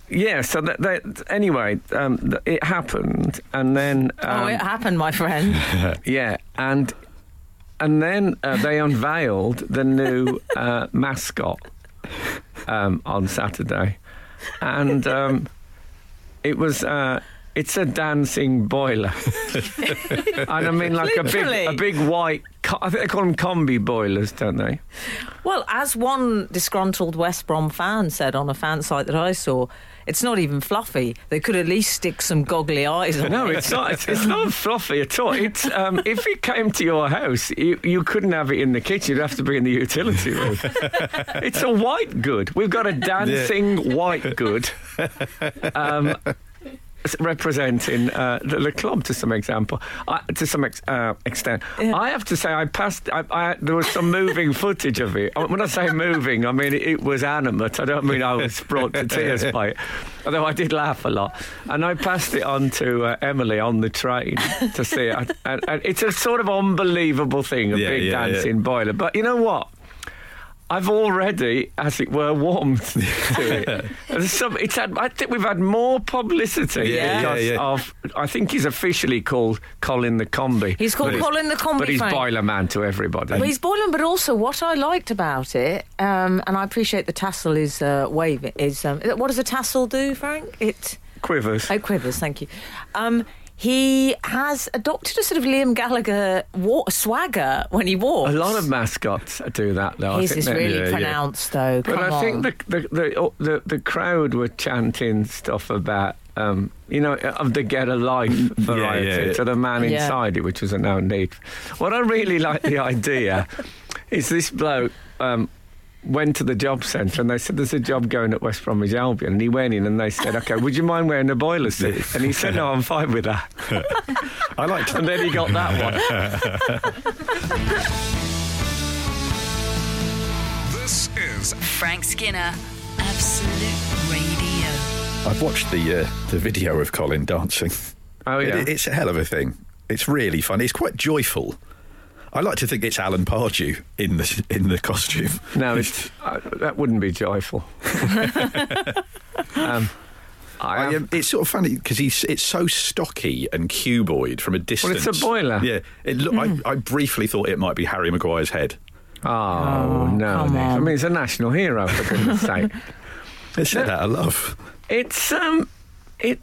Yeah, so that, that, anyway, um, th- it happened, and then um, oh, it happened, my friend. yeah, and and then uh, they unveiled the new uh, mascot um, on Saturday, and um, it was. Uh, it's a dancing boiler, and I mean like a big, Literally. a big white. Co- I think they call them combi boilers, don't they? well, as one disgruntled West Brom fan said on a fan site that I saw, it's not even fluffy. They could at least stick some goggly eyes on No, it. it's not. It's, it's not fluffy at all. It's um, if it came to your house, you, you couldn't have it in the kitchen. You'd have to be in the utility room. it's a white good. We've got a dancing white good. Um, s- representing uh, the, the club to some example, I, to some ex- uh, extent. I have to say, I passed. I, I, there was some moving footage of it. When I say moving, I mean it, it was animate. I don't mean I was brought to tears by it. Although I did laugh a lot, and I passed it on to uh, Emily on the train to see it. And- And, and it's a sort of unbelievable thing, a Yeah, big yeah, yeah. dancing boiler. But you know what? I've already, as it were, warmed to it. There's some, it's had, I think we've had more publicity Yeah, yeah, because yeah. of. I think he's officially called Colin the Combi. He's called But he's- Colin the Combi, But he's Frank. boiler man to everybody. Well, he's boiling, but also what I liked about it, um, and I appreciate the tassel is uh, waving. Is um, what does a tassel do, Frank? It Quivers. oh quivers, thank you. Um, He has adopted a sort of Liam Gallagher wa- swagger when he walks. A lot of mascots do that, though. I His think is that- really Yeah, yeah. pronounced, though. But Come I on. think the the, the oh, the the crowd were chanting stuff about um, you know of the get a life variety Mm, yeah. to the man Yeah. inside it, which was a known need. What I really like the idea is this bloke. Um, Went to the job centre and they said there's a job going at West Bromwich Albion and he went in and they said okay would you mind wearing a boiler suit and he said no I'm fine with that I liked and then he got that one This is Frank Skinner, Absolute Radio. I've watched the uh, the video of Colin dancing. oh yeah It- it's a hell of a thing. It's really fun. It's quite joyful. I like to think it's Alan Pardew in the in the costume. No, it's, uh, that wouldn't be joyful. um, I I, have- um, it's sort of funny because he's it's so stocky and cuboid from a a distance. boiler. Hmm. Yeah, it look, I, I briefly thought it might be Harry Maguire's head. oh, no, come Nick. I on. mean, it's a national hero for goodness' sake. They said that I love. It's um, it.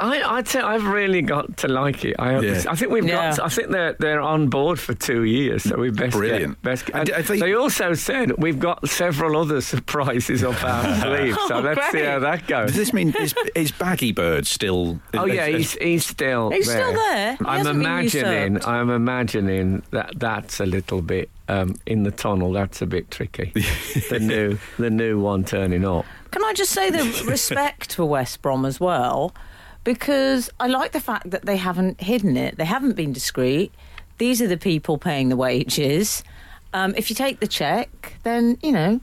I I tell, I've really got to like it. I, Yeah. I think we've Yeah. got. I think they're they're on board for two years, so we best Brilliant. Get, best. Get, And and I think- they also said we've got several other surprises up our sleeve, so Oh, let's see great. how that goes. Does this mean is, is Baggy Bird still? Oh is- yeah, is- he's he's still He's there. still there? He I'm hasn't been imagining. usurped. I'm imagining that that's a little bit um, in the tunnel. That's a bit tricky. the new the new one turning up. Can I just say the respect for West Brom as well? Because I like the fact that they haven't hidden it, they haven't been discreet. These are the people paying the wages. Um, if you take the check, then, you know,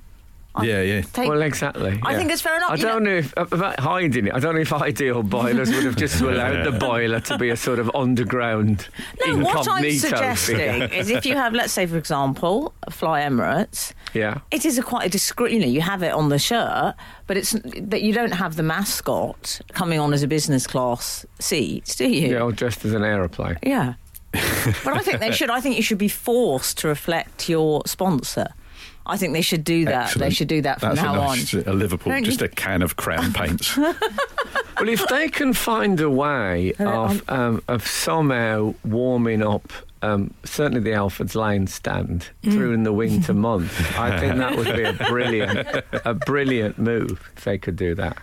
yeah, yeah. take. Well, exactly. I yeah. think it's fair enough, I you don't know, if uh, about hiding it. I don't know if ideal boilers would have just allowed the boiler to be a sort of underground no, incognito what I'm figure. suggesting is if you have, let's say, for example, Fly Emirates, Yeah. it is a quite a discreet, you know, you have it on the shirt, but it's that you don't have the mascot coming on as a business class seat, do you? Yeah, all dressed as an aeroplane. Yeah. but I think they should. I think you should be forced to reflect your sponsor. I think they should do that. They Excellent. should do that from That's now a nice, on. A Liverpool, Don't just you- a can of crown paints. Well, if they can find a way Uh, of, um, of somehow warming up um, certainly the Alfred's Lane stand during the winter months, I think that would be a brilliant, a brilliant move if they could do that.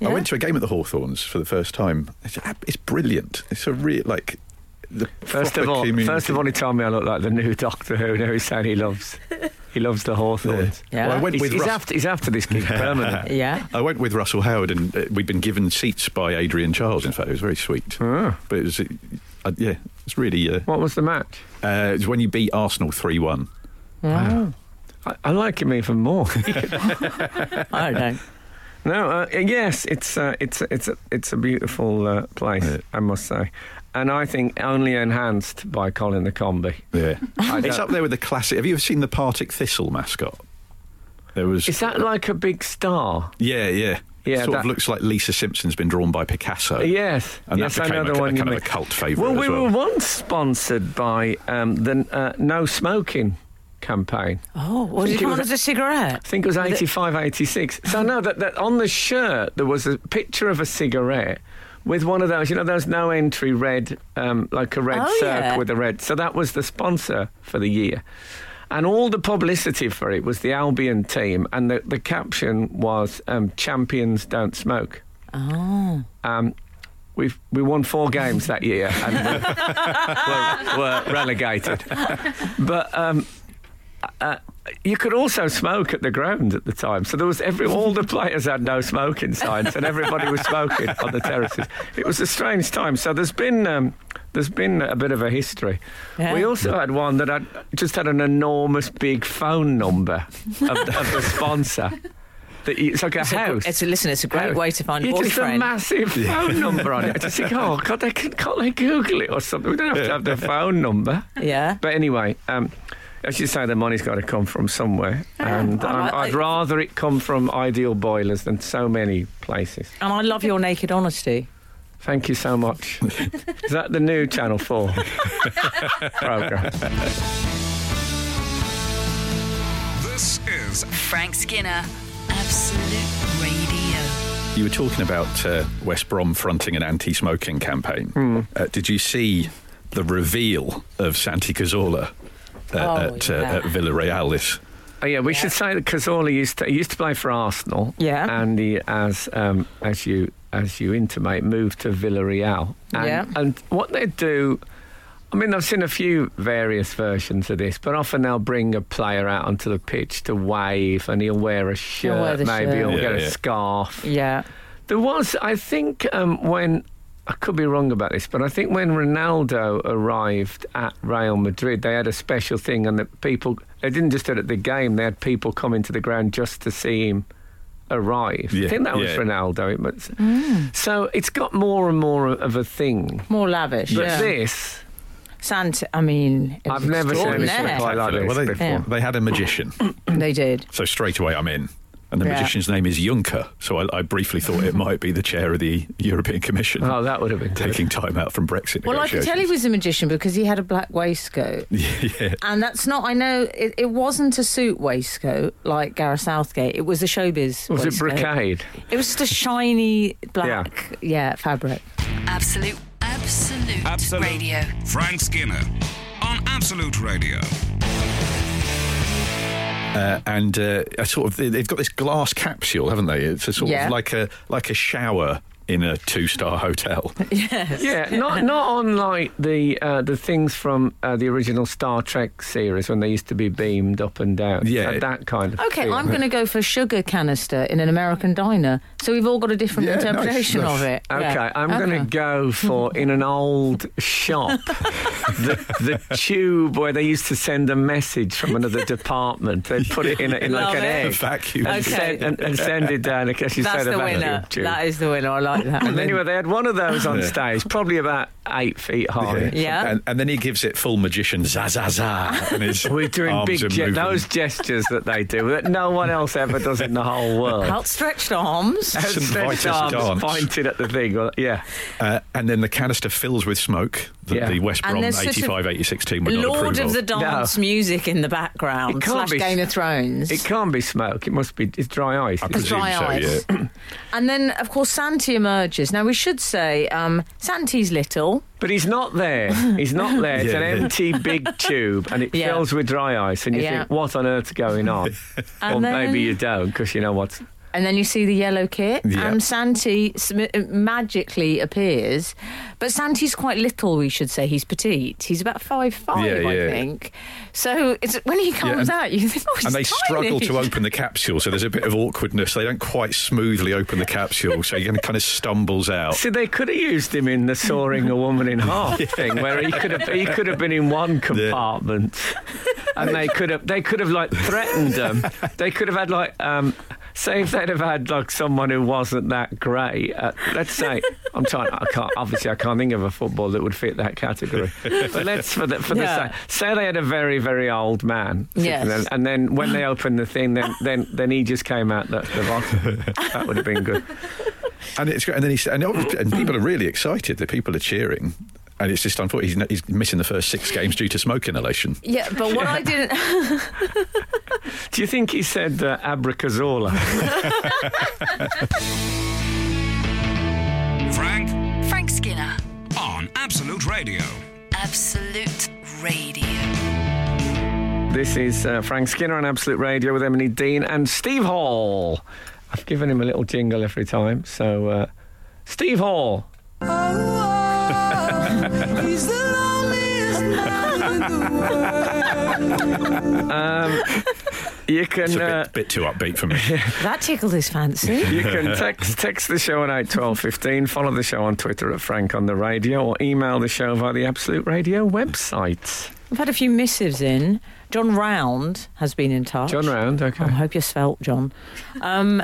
Yeah. I went to a game at the Hawthorns for the first time. It's, it's brilliant. It's a real like. The First of proper all, community. first of all, he told me I look like the new Doctor Who. Now he's saying he loves, he loves the Hawthorns. Yeah. Well, I went he's, with he's Russ- after, he's after this gig permanently. Yeah. I went with Russell Howard, and uh, we'd been given seats by Adrian Charles. In fact, it was very sweet. Hmm. But it was, uh, uh, yeah, it's really. Uh, What was the match? uh, it was when you beat Arsenal three one. I, I like him even more. I don't know. No, uh, yes, it's uh, it's it's a, it's a beautiful uh, place, I must say, and I think only enhanced by Colin the Combi. Yeah, it's don't- up there with the classic. Have you ever seen the Partick Thistle mascot? There was. Is that like a big star? yeah, yeah, Yeah, Sort that- of looks like Lisa Simpson's been drawn by Picasso. Yes, Uh, And that yes, became another a, one. a you kind of a mean. cult favourite well, we as well. were once sponsored by um, the uh, No Smoking campaign. Oh, what I did think you it want was- as a cigarette? I think it was 85, 86. So no, that, that on the shirt there was a picture of a cigarette with one of those, you know, those no entry red, um, like a red Oh, circle yeah. with a red. So that was the sponsor for the year. And all the publicity for it was the Albion team, and the, the caption was um, "Champions don't smoke." Oh. Um, we've we won four games that year and we're, we're, we're relegated. But um, uh, you could also smoke at the ground at the time, so there was every all the players had no smoking signs, and everybody was smoking on the terraces. It was a strange time. So there's been. Um, there's been a bit of a history. Yeah. We also had one that had just had an enormous big phone number of, of the sponsor. That you, it's like a It's a, gr- house. it's a, listen, it's a great Oh. way to find a yeah, just a boyfriend. massive phone number on it. I just think, oh, God, they can, can't they Google it or something? We don't have to have the phone number. yeah. But anyway, um, as you say, the money's got to come from somewhere. And I um, like- I'd rather it come from Ideal Boilers than so many places. And I love your naked honesty. Thank you so much. Is that the new Channel 4 programme? this is Frank Skinner, Absolute Radio. You were talking about uh, West Brom fronting an anti-smoking campaign. Uh, did you see the reveal of Santi Cazorla uh, Oh, at, yeah. uh, at Villarreal this Oh, yeah, we should say that Cazorla used to he used to play for Arsenal. Yeah. and he as um, as you as you intimate moved to Villarreal. And, Yeah. and what they do. I mean, I've seen a few various versions of this, but often they'll bring a player out onto the pitch to wave, and he'll wear a shirt, wear the maybe shirt. he'll get Yeah, a yeah. scarf. Yeah. There was, I think, um, when I could be wrong about this, but I think when Ronaldo arrived at Real Madrid, they had a special thing, and that people they didn't just do it at the game; they had people come into the ground just to see him arrive. I Yeah, think that was yeah. Ronaldo. It was, So it's got more and more of a thing. More lavish. But yeah. this, Santa, I mean, it was I've never seen a extraordinary. supply like this Well, they, before. Yeah. they had a magician, They did. so straight away I'm in. And the Yeah. magician's name is Juncker, so I, I briefly thought it might be the chair of the European Commission Oh, that would have been good. taking time out from Brexit. Well, I could tell he negotiations. was a magician because he had a black waistcoat. yeah, And that's not, I know, it, it wasn't a suit waistcoat like Gareth Southgate. It was a showbiz. Was it waistcoat. brocade? It was just a shiny black, yeah, fabric. Absolute, absolute, Absolute. radio. Frank Skinner on Absolute Radio. uh, and uh, a sort of they've got this glass capsule, haven't they? It's a sort Yeah. of like a like a shower in a two-star hotel. Yeah, not not unlike the uh, the things from uh, the original Star Trek series when they used to be beamed up and down. Yeah. Had that kind of. Okay, feel. I'm going to go for sugar canister in an American diner. So we've all got a different Yeah, nice, interpretation nice. of it. Okay, Yeah. I'm going to go for in an old shop, the, the tube where they used to send a message from another department. They put it in, a, in like Love an it. egg, Vacuum. and, Okay. send, and, and send it down. I guess you That's said the about winner. tube. That is the winner. I like that. and anyway, they had one of those on Yeah. stage, probably about eight feet high. Yeah. And, and then he gives it full magician za za za. And his We're doing arms big are ge- moving. those gestures that they do that no one else ever does in the whole world. Outstretched arms. St. Outstretched Vitus arms dance. pointed at the thing. Well, yeah, Uh, and then the canister fills with smoke that Yeah. the West And Brom there's sort of 85 86 team would not Lord approve of the of. Dance No. music in the background. It can't Slash be- Game of Thrones. it can't be smoke. It must be it's dry ice. I It's- It's presume dry so, eyes. yeah. and then, of course, Santi emerges. Now, we should say um, Santi's little. But he's not there. He's not there. It's Yeah, an yeah. empty big tube, and it Yeah. fills with dry ice. And you Yeah. think, what on earth's going on? And or then- maybe you don't, because you know what's And then you see the yellow kit, Yeah. and Santi sm- uh, magically appears. But Santi's quite little, we should say. He's petite. He's about five five, Yeah, I yeah. think. So it's, when he comes and- out, you think, oh, he's And they tiny. struggle to open the capsule, so there's a bit of awkwardness. They don't quite smoothly open the capsule, so he kind of stumbles out. See, they could have used him in the sawing a woman in half thing, where he could have he could have been in one compartment, and they could have they could have like threatened him. They could have had like um, say if they'd have had like someone who wasn't that great. Uh, let's say I'm trying. I can't obviously I can't think of a football that would fit that category. But let's for the for Yeah. the sake, say they had a very very old man. sitting Yes. there, and then when they opened the thing, then then then he just came out the, the bottom. that would have been good. And it's great. And then he's and, and people are really excited. The people are cheering, and it's just unfortunate he's, not- he's missing the first six games due to smoke inhalation. Yeah, but what I didn't. Do you think he said uh, abracazola? Frank Frank Skinner, on Absolute Radio. Absolute Radio. This is uh, Frank Skinner on Absolute Radio with Emily Dean and Steve Hall. I've given him a little jingle every time, so uh, Steve Hall. Um, You It's can a uh, bit, bit too upbeat for me. That tickled his fancy. you can text text the show on eight twelve fifteen. Follow the show on Twitter at Frank on the Radio, or email the show via the Absolute Radio website. I've had a few missives in. John Round has been in touch. John Round, I okay. hope you're svelte, John. Um,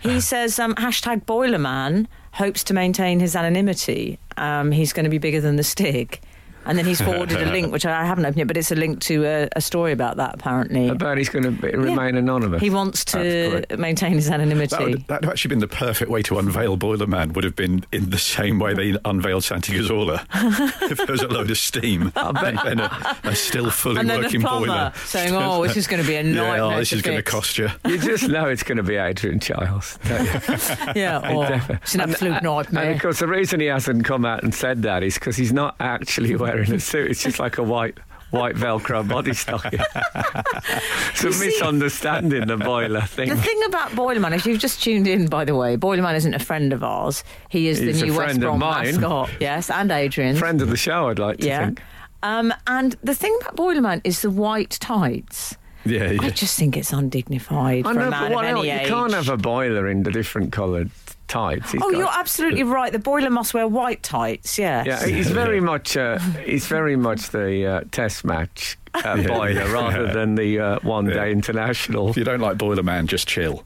he says, um, hashtag Boilerman hopes to maintain his anonymity. Um, he's going to be bigger than the Stig. And then he's forwarded a link, which I haven't opened yet, but it's a link to a, a story about that, apparently. About he's going to remain anonymous. he wants to That's maintain his anonymity. That would, that would actually been the perfect way to unveil Boiler Man. Would have been in the same way they unveiled Santa Gazzola. if there was a load of steam and then a, a still fully and then the working plumber boiler. saying, "Oh, this is going to be a nightmare." yeah, oh, this to is going to fix." cost you. You just know it's going to be Adrian Giles. don't you? Yeah, oh, it's an absolute uh, nightmare. and of course, the reason he hasn't come out and said that is because he's not actually wearing a suit. It's just like a white. White Velcro body stocking. it's a misunderstanding, the boiler thing. the thing about Boilerman, if you've just tuned in, by the way, Boilerman isn't a friend of ours. He is He's a the new West friend of Brom mine. mascot. Yes, and Adrian's. Friend of the show, I'd like to yeah. think. Um, and the thing about Boilerman is the white tights. Yeah, yeah. I just think it's undignified I for know, a man but what of else? any age. You can't have a boiler in the different coloured tights. He's Oh, got- you're absolutely right. The boiler must wear white tights. Yes. Yeah, he's very much. Uh, he's very much the uh, test match uh, boiler rather than the uh, one-day Yeah. international. If you don't like Boiler Man, just chill.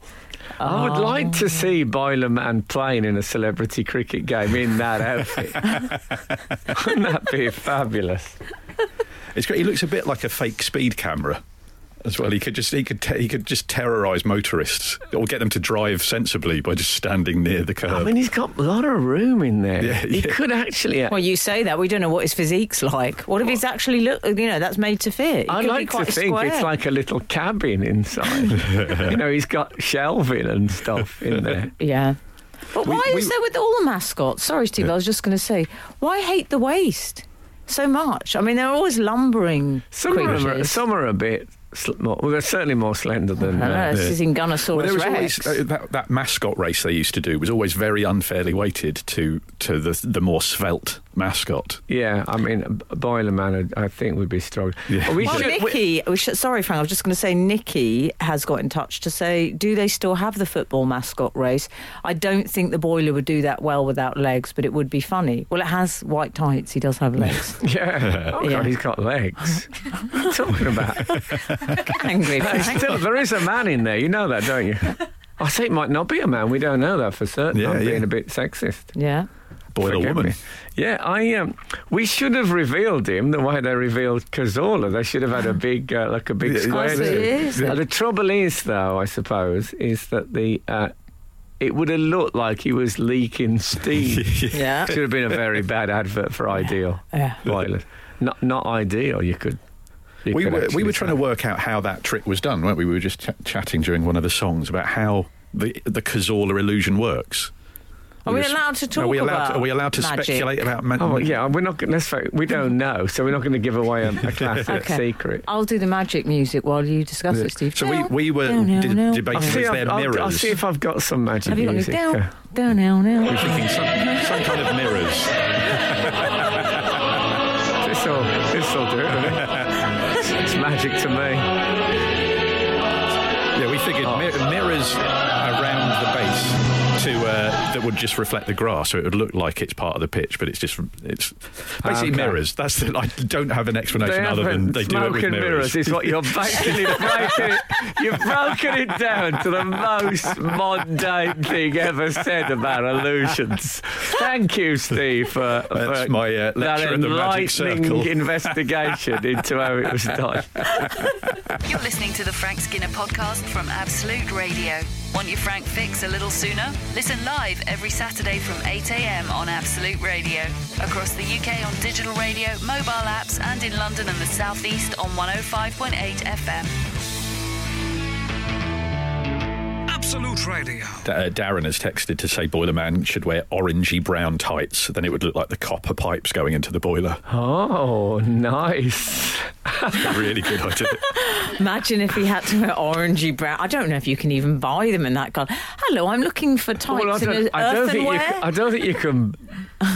I Ah. would like to see Boiler Man playing in a celebrity cricket game in that outfit. Wouldn't that be fabulous? It's great. He looks a bit like a fake speed camera. As well, he could just he could te- he could just terrorise motorists or get them to drive sensibly by just standing near the curb. I mean, he's got a lot of room in there. Yeah, He yeah. could actually. Well, you say that we don't know what his physique's like. What if he's actually look? You know, that's made to fit. He I could be like to quite think square. it's like a little cabin inside. you know, he's got shelving and stuff in there. Yeah. But We- why we- is there with all the mascots? Sorry, Steve, I was just going to say, why hate the waist so much? I mean, they're always lumbering Some are, creatures. a- some are a bit. Sl- more, well, they're certainly more slender than. I don't know, Uh, this is in Gunnosaurus Well, there was Rex. always uh, that, that mascot race they used to do was always very unfairly weighted to to the the more svelte mascot. yeah, I mean, B- Boiler Man, I I think would be strong. Yeah. We well, should- we- Nikki, we should, sorry, Frank, I was just going to say Nikki has got in touch to say, do they still have the football mascot race? I don't think the boiler would do that well without legs, but it would be funny. Well, it has white tights, he does have legs. yeah. Oh, Yeah. God, he's got legs. What are you talking about? Angry There's Frank. Still, there is a man in there. You know that, don't you? I say it might not be a man. We don't know that for certain. Yeah, I'm yeah. being a bit sexist. Yeah. Boiler Forgive woman. me. Yeah, I um, we should have revealed him the way they revealed Cazorla. They should have had a big, uh, like a big Yeah, square. I to it. see. Uh, the trouble is, though, I suppose, is that the uh, it would have looked like he was leaking steam. Yeah. Should have been a very bad advert for Ideal. Yeah. Violet. Not not Ideal. You could. you We could were we actually were trying say. to work out how that trick was done, weren't we? We were just ch- chatting during one of the songs about how the the Cazorla illusion works. Are we allowed to talk Are we allowed? about are we allowed to magic? speculate about? Man- Oh well, yeah, we're not. gonna- Let's face, we don't know, so we're not going to give away a, a classic Okay. secret. I'll do the magic music while you discuss it, Steve. So we, we were Down, down, de- down. debating was see, there I'll, mirrors. I'll, I'll see if I've got some magic Have you got any music. down, down, down, we were down? thinking some, some kind of mirrors. This will this will do it. isn't it? it's magic to me. Yeah, we figured mir- mirrors around the base to uh, that would just reflect the grass, so it would look like it's part of the pitch, but it's just it's basically Okay. mirrors. That's the, I don't have an explanation other haven't- than Ah, they do it smoke with and mirrors mirrors. is what you're basically breaking. It, you've broken it down to the most mundane thing ever said about illusions. Thank you, Steve, for, That's for my, uh, that lecture in the magic enlightening circle. investigation into how it was done. You're listening to the Frank Skinner podcast from Absolute Radio. Want your Frank fix a little sooner? Listen live every Saturday from 8 a.m. on Absolute Radio. Across the UK on digital radio, mobile apps, and in London and the South East on 105.8 FM. Absolute Radio. Da- uh, Darren has texted to say boiler man should wear orangey brown tights, then it would look like the copper pipes going into the boiler. Oh, nice. That's a really good idea. Imagine if he had to wear orangey brown. I don't know if you can even buy them in that colour. Hello, I'm looking for tights Well, I in don't, a I don't think you, Oh, earthenware. c- I don't think you can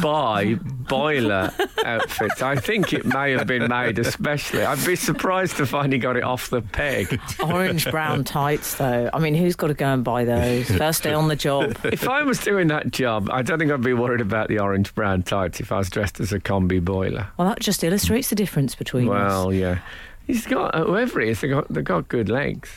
buy boiler outfits. I think it may have been made especially. I'd be surprised to find he got it off the peg. Orange brown tights, though. I mean, who's got to go and buy those? First day on the job. If I was doing that job, I don't think I'd be worried about the orange brown tights if I was dressed as a combi boiler. Well, that just illustrates the difference between us. uh, Well, yeah. He's got whoever he is. They got they got good legs.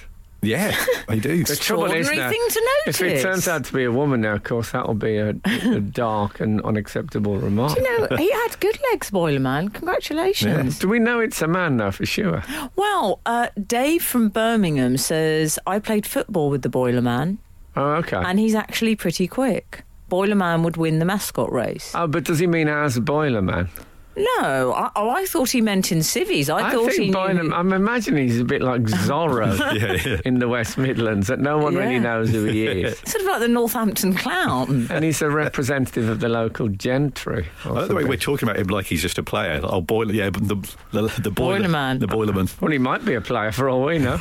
Yeah, they do. The trouble is Extraordinary now, thing to If it notice. turns out to be a woman now, of course, that'll be a, a dark and unacceptable remark. You know, he had good legs, Boiler Man. Congratulations. Do we know it's a man now for sure? Well, uh, Dave from Birmingham says, I played football with the Boiler Man, Oh, okay. and he's actually pretty quick. Boiler Man would win the mascot race. oh, but does he mean as boiler man? no, I, oh, I thought he meant in civvies. I, I thought he think knew. Bynum, I'm imagining he's a bit like Zorro yeah. in the West Midlands, that no one really Yeah. knows who he is. Sort of like the Northampton clown. and he's a representative of the local gentry. or I like the way something. we're talking about him like he's just a player. Oh, boiler, yeah, but the the, the boiler, Boiler man. the boilerman. well, he might be a player for all we know.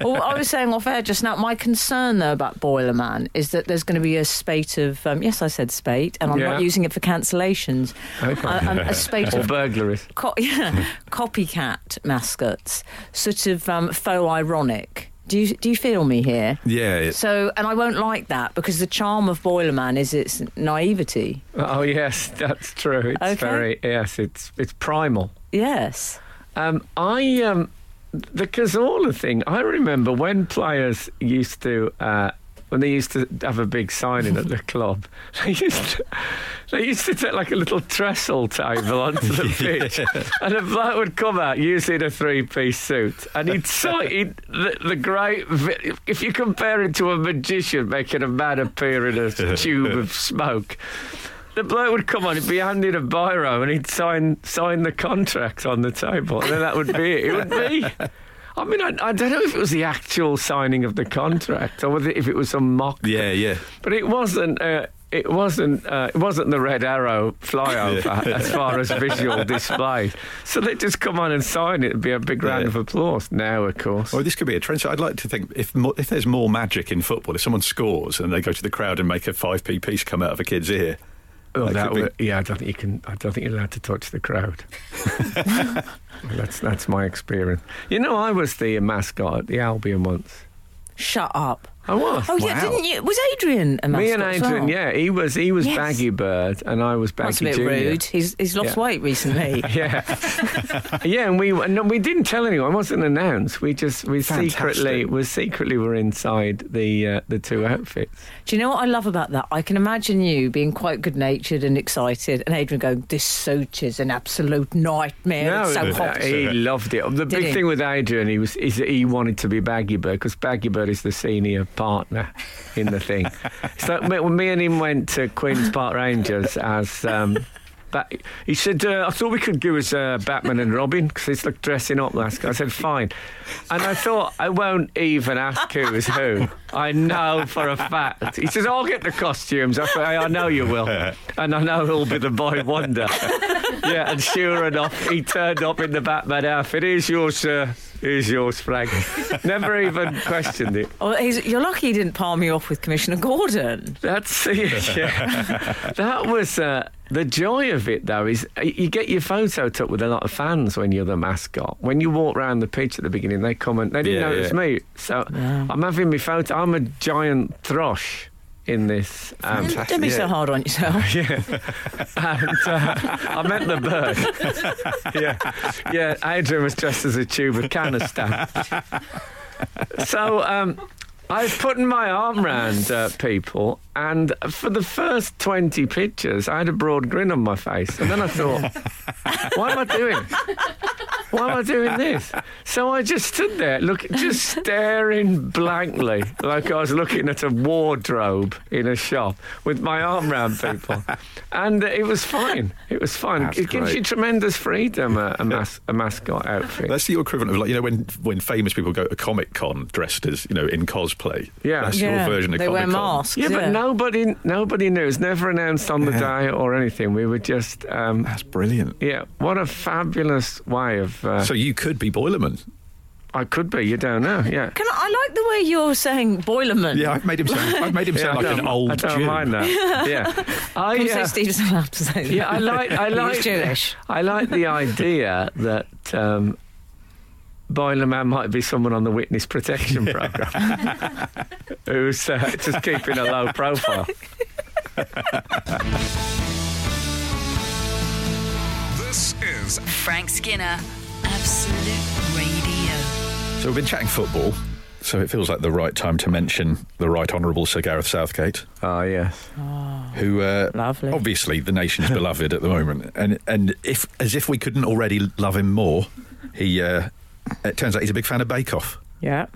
well, I was saying off air just now, my concern though about Boiler Man is that there's going to be a spate of, um, yes, I said spate, and I'm Yeah. not using it for cancellations. Okay. Uh, um, a spate or of burglaries. co- yeah, copycat mascots, sort of um, faux ironic. Do you, do you feel me here? Yeah, yeah. So, and I won't like that because the charm of Boiler Man is its naivety. Oh, yes, that's true. It's Okay. very, yes, it's, it's primal. Yes. Um, I um, the Cazorla thing. I remember when players used to uh, when they used to have a big signing at the club. They used to, they used to take like a little trestle table onto the pitch, and a bloke would come out usually in a three-piece suit, and he'd sight the, the great. vi- If you compare it to a magician making a man appear in a tube of smoke. The bloke would come on, he'd be handed a biro and he'd sign sign the contract on the table, and then that would be it. It would be. I mean, I, I don't know if it was the actual signing of the contract or whether if it was some mock. Yeah, yeah. But it wasn't. Uh, it wasn't. Uh, it wasn't the red arrow flyover as far as visual display. So they would just come on and sign it. It'd be a big round Yeah. of applause. Now, of course. Or this could be a trend. So I'd like to think if mo if there's more magic in football, if someone scores and they go to the crowd and make a five p piece come out of a kid's ear. Oh, That that could be- would- yeah, I don't think you can. I don't think you're allowed to touch the crowd. Well, that's that's my experience. You know, I was the mascot at the Albion once. Shut up. I was. Oh, yeah, didn't you? Was Adrian a mascot? Me and as Adrian, well? yeah, he was he was Yes. Baggy Bird, and I was Baggy That's a bit Junior. rude. He's, he's lost Yeah. weight recently. Yeah, yeah, and we and we didn't tell anyone. It wasn't announced. We just we secretly Fantastic. we secretly were inside the uh, the two outfits. Do you know what I love about that? I can imagine you being quite good natured and excited, and Adrian going, This suit is an absolute nightmare. it's so uh, hot. He loved it. The big he? thing with Adrian, he was, is that he wanted to be Baggy Bird because Baggy Bird is the senior partner in the thing. so me, when me and him went to Queens Park Rangers as. Um, Bat- he said, uh, "I thought we could do as uh, Batman and Robin because it's like dressing up last." I said, "Fine," and I thought, "I won't even ask who is who. I know for a fact." He says, "I'll get the costumes." I said, "I know you will, and I know who'll be the boy wonder." yeah, and sure enough, he turned up in the Batman outfit. Here's yours, sir. Here's yours, Frank. Never even questioned it. Oh, he's, you're lucky he didn't palm you off with Commissioner Gordon. That's yeah. that was uh, the joy of it, though. Is uh, you get your photo took with a lot of fans when you're the mascot. When you walk round the pitch at the beginning, they come and they didn't Yeah, know it was yeah. me. So I'm having my photo. I'm a giant thrush in this. Um, Don't be so hard on yourself. and uh, I meant the bird. yeah, yeah. Adrian was dressed as a tube of canister. so um, I was putting my arm round uh, people, and for the first twenty pictures, I had a broad grin on my face, and then I thought, "Why am I doing? Why am I doing this?" So I just stood there, look, just staring blankly, like I was looking at a wardrobe in a shop, with my arm round people, and uh, it was fine. It was fine. That's it gives great. you tremendous freedom, a, a, mas- a mascot outfit. That's the equivalent of like you know when when famous people go to Comic Con dressed as you know in cosplay. Yeah. that's Yeah, your version of they Comic wear Con. masks. Yeah, but nobody nobody knew. It was never announced on the day or anything. We were just, um, That's brilliant. yeah, what a fabulous way of. Uh, So you could be boilerman. I could be, you don't know, yeah. Can I, I like the way you're saying Boilerman. Yeah, I've made him sound. I've made him Yeah, sound I like don't- an old I don't Jew. mind that. Yeah. I, I'm uh, so Steve's allowed to say that. yeah, I like, I He was like, Jewish. I like the idea that um, Boiler Man might be someone on the witness protection program who's uh, just keeping a low profile. This is Frank Skinner, Absolute Radio. So we've been chatting football. So it feels like the right time to mention the Right Honourable Sir Gareth Southgate, Oh, yes. who uh, Lovely. Oh. obviously the nation's beloved at the moment, and and if as if we couldn't already love him more, he uh, it turns out he's a big fan of Bake Off. Yeah.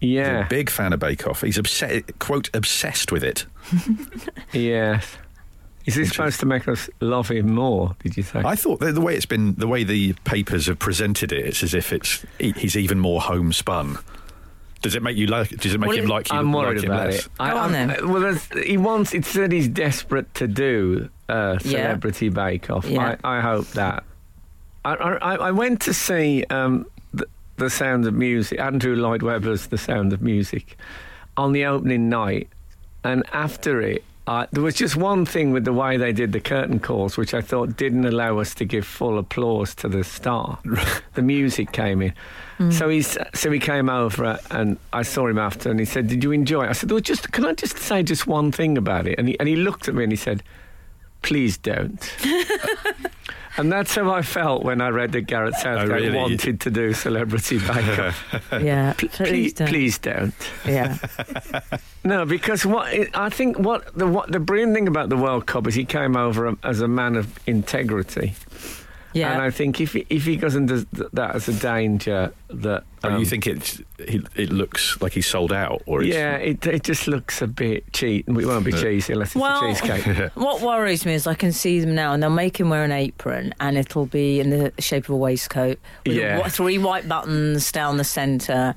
He's Yeah. a big fan of Bake Off. He's obsessed, quote obsessed with it. Yes. Is this supposed to make us love him more, did you say? I thought that the way it's been, the way the papers have presented it, it's as if it's he- he's even more homespun. Does it make you like? Does it make Well, him it- like you? I'm worried like him about less? it. I, Go on I'm- then. uh, Well, there's- he wants. It's that he's desperate to do uh, Yeah. Celebrity Bake Off. Yeah. I, I hope that. I, I, I went to see um, the, the Sound of Music, Andrew Lloyd Webber's The Sound of Music, on the opening night, and after it. I there was just one thing with the way they did the curtain calls, which I thought didn't allow us to give full applause to the star. the music came in, so he's so he came over and I saw him after, and he said, "Did you enjoy?" it? I said, "Well, just can I just say just one thing about it?" And he and he looked at me and he said, "Please don't." And that's how I felt when I read that Garrett Southgate Oh, really? wanted to do Celebrity Bake Off. Yeah. please, Please don't. please don't. Yeah. No, because what it, I think what the what the brilliant thing about the World Cup is he came over a- as a man of integrity, and Yeah. I think if he, if he goes and does th- that as a danger that Oh, um, you think it's he, it looks like he's sold out, or it's, yeah, it it just looks a bit cheat. and It won't be cheesy unless it's Well- a cheesecake. What worries me is I can see them now, and they'll make him wear an apron, and it'll be in the shape of a waistcoat with Yeah. wa- three white buttons down the centre.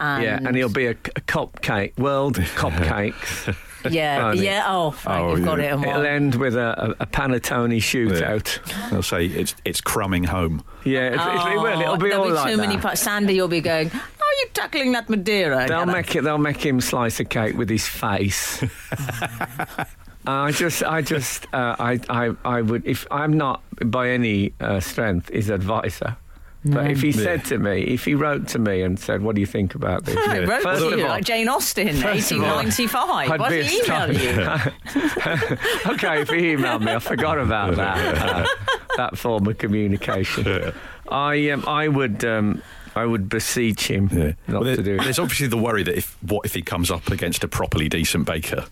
And yeah, and he'll be a, c- a cupcake, world cupcakes. yeah, Blimey. yeah. Oh, Frank, Oh, you've got yeah. it. on It'll one. end with a, a, a panettone shootout. They'll say it's it's crumbing home. Yeah, it's, it's, it will. It'll be Oh, there'll all be like too many. that. Pa- Sandy, you'll be going. How are you tackling that Madeira? They'll Gareth?" make it. They'll make him slice a cake with his face. I just, I just, uh, I, I, I would. If I'm not by any uh, strength his advisor, but if he said to me, if he wrote to me and said, "What do you think about this?" I wrote First to of you all- like Jane Austen, First of all, 1895. I'd Why be did he email astonished. you? okay, if he emailed me, I forgot about that. uh, that form of communication. I, um, I would, um, I would beseech him not Well, there- to do it. There's obviously the worry that if what if he comes up against a properly decent baker,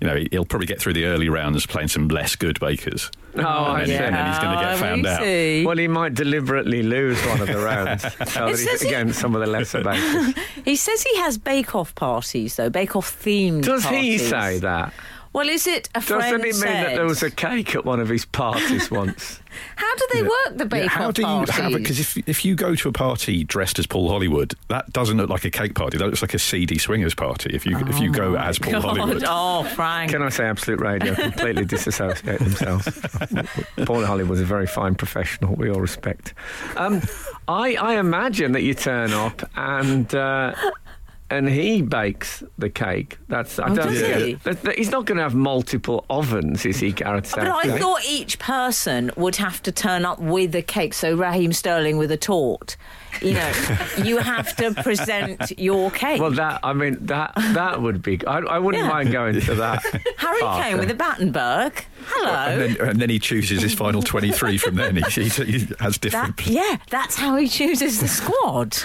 you know, he- he'll probably get through the early rounds playing some less good bakers. Oh, I and see. then, and then he's going to Oh, get found we out. see. Well, he might deliberately lose one of the rounds so that It says he's he- against some of the lesser bakers. He says he has bake-off parties, though bake-off themed. Does he parties. say that? Well, is it a friend Doesn't it mean that said- there was a cake at one of his parties once? How do they work the bake-off How do you parties? have it? Because if, if you go to a party dressed as Paul Hollywood, that doesn't look like a cake party. That looks like a seedy swingers party. If you if you go as Paul Hollywood, God, oh, Frank. Can I say Absolute Radio completely disassociate themselves? Paul Holly was a very fine professional. We all respect. Um, I, I imagine that you turn up and. Uh, and he bakes the cake. That's I Oh, don't does think- he? that- that- He's not going to have multiple ovens, is he, Gareth? But I Southgate? thought each person would have to turn up with a cake. So Raheem Sterling with a tort. You know, you have to present your cake. Well, that I mean that that would be. I, I wouldn't Yeah. mind going to that. Harry party. Kane with a Battenberg. and Hello. then, and then he chooses his final twenty three from then. He, he, he has different. That, yeah, that's how he chooses the squad.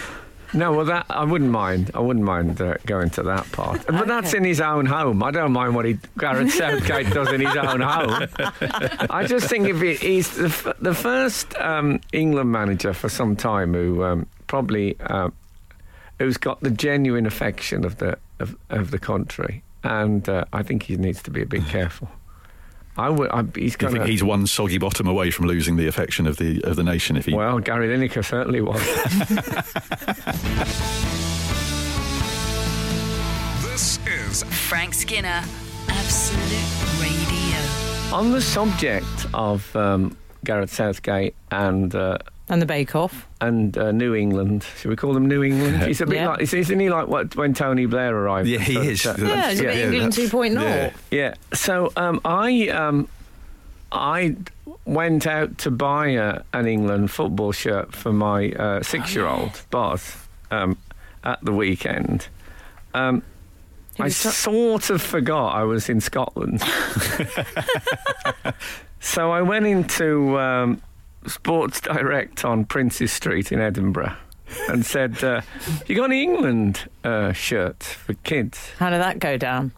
No, well, that I wouldn't mind. I wouldn't mind uh, going to that part. But that's Okay. in his own home. I don't mind what he Gareth Southgate does in his own home. I just think if he, he's the, f- the first um, England manager for some time who um, probably uh, who's got the genuine affection of the of, of the country, and uh, I think he needs to be a bit careful. I would. I, he's Do you going. think he's one soggy bottom away from losing the affection of the of the nation if he Well, Gary Lineker certainly was. This is Frank Skinner, Absolute Radio. On the subject of um, Gareth Southgate and uh, And the Bake Off. and uh, New England, should we call them New England? He's a bit Yeah. like, isn't he like what when Tony Blair arrived? Yeah, he So- is. so- Yeah, it's a bit yeah, England that's- 2.0. yeah. yeah. So um, I um, I went out to buy a, an England football shirt for my uh, six-year-old Buzz um, at the weekend. Um, I was ta- sort of forgot I was in Scotland. so I went into um, Sports Direct on Princes Street in Edinburgh and said, uh, "You got any England uh, shirts for kids?" How did that go down?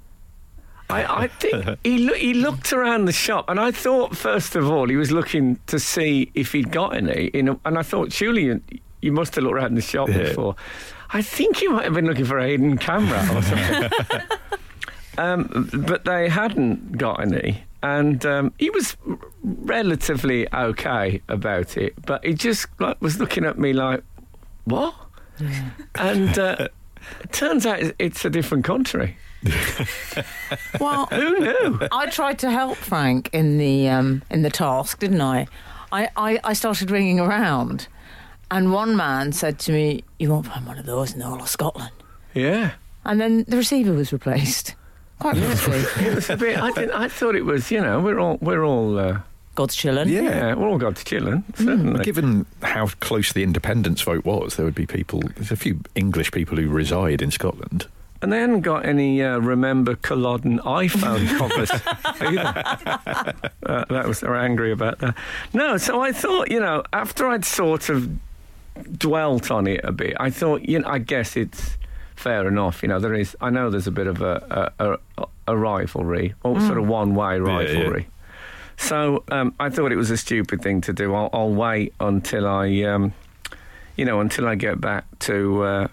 I, I think he loo- he looked around the shop, and I thought first of all he was looking to see if he'd got any. In a, and I thought surely you, you must have looked around the shop Yeah. before. I think he might have been looking for a hidden camera or something. um, but they hadn't got any, and um, he was r- relatively okay about it. But he just like, was looking at me like, "What?" And uh, it turns out it's a different country. Well, Who knew? I tried to help Frank in the um, in the task, didn't I? I, I? I started ringing around, and one man said to me, "You won't find one of those in the whole of Scotland." Yeah. And then the receiver was replaced. Quite quickly. It's a bit- I, didn't, I thought it was, you know, we're all, we're all, uh, God's children. Yeah. yeah, we're all God's children, certainly. Given how close the independence vote was, there would be people, there's a few English people who reside in Scotland. And they hadn't got any uh, remember Culloden iPhone covers either. Uh, that was they were angry about that. No, so I thought, you know, after I'd sort of dwelt on it a bit, I thought, you know, I guess it's fair enough. You know, there is, I know there's a bit of a a, a, a rivalry, or sort of one way rivalry. So um, I thought it was a stupid thing to do. I'll, I'll wait until I, um, you know, until I get back to uh,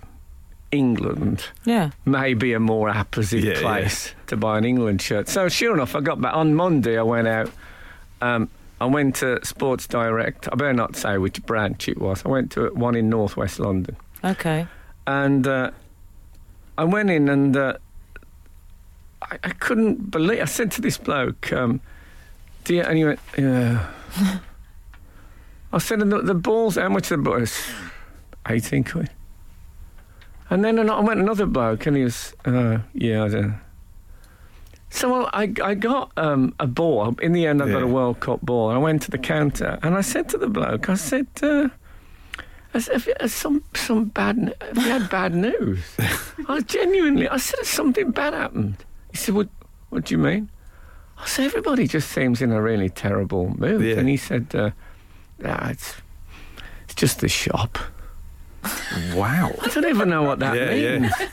England Yeah. maybe a more apposite Yeah, place to buy an England shirt. So sure enough, I got back on Monday. I went out. Um, I went to Sports Direct. I better not say which branch it was. I went to one in Northwest London, Okay. and uh, I went in and uh, I, I couldn't believe. I said to this bloke, um, "Do you?" And he went, "Yeah." I said, "And the, the balls? How much are the balls?" Eighteen quid. And then an- I went another bloke, and he was, uh, "Yeah, I don't." know." So I, I I got um, a ball. In the end, I got a Yeah. World Cup ball. I went to the counter, and I said to the bloke, "I said." Uh, I said, have you, has some some bad. n- Have you had bad news? I genuinely. I said, has something bad happened? He said, what What do you mean? I said, everybody just seems in a really terrible mood. Yeah. And he said, uh, "Ah, it's it's just the shop. Wow. I don't even know what that Yeah, yeah. means.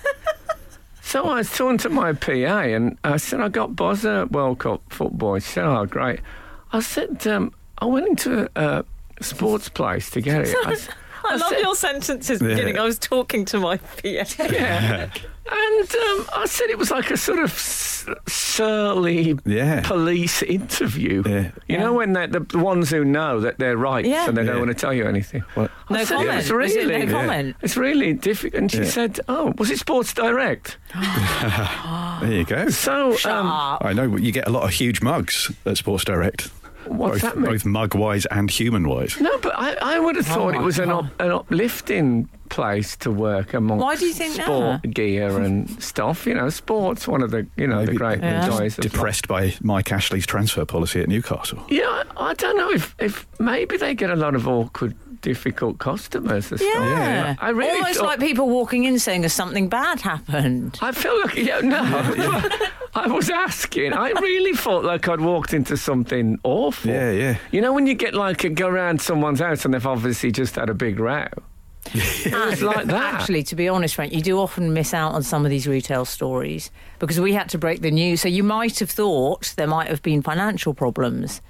So I was talking to my PA and I said, I got Bozza World Cup football. She said, Oh, great. I said, um, I went into a, a sports place to get it. I s- I love said- your sentences Yeah. beginning. I was talking to my PA. Yeah. And um, I said it was like a sort of s- surly Yeah. police interview. Yeah. You know, when they're the ones who know that they're right Yeah. and they don't Yeah. want to tell you anything. Well, I No said comment. It's Was really, it no comment? It's really difficult. And she Yeah. said, Oh, was it Sports Direct? there you go. So, um, Ah, I know you get a lot of huge mugs at Sports Direct. what's both, that mean? both mug wise and human wise. No, but I, I would have thought it my was an, up, an uplifting place to work amongst Why do you think that? sport gear and stuff. You know, sport's one of the you know the Maybe great Yeah. joys of life. Depressed by Mike Ashley's transfer policy at Newcastle. Yeah, I I don't know if, if maybe they get a lot of awkward, difficult customers. Or yeah. Something. I really Almost thought- like people walking in saying, "Has something bad happened?" I feel like yeah, no. I was asking. I really felt like I'd walked into something awful. Yeah, yeah. You know when you get like a go around someone's house and they've obviously just had a big row. it was like that. Actually, to be honest, Frank, you do often miss out on some of these retail stories because we had to break the news. So you might have thought there might have been financial problems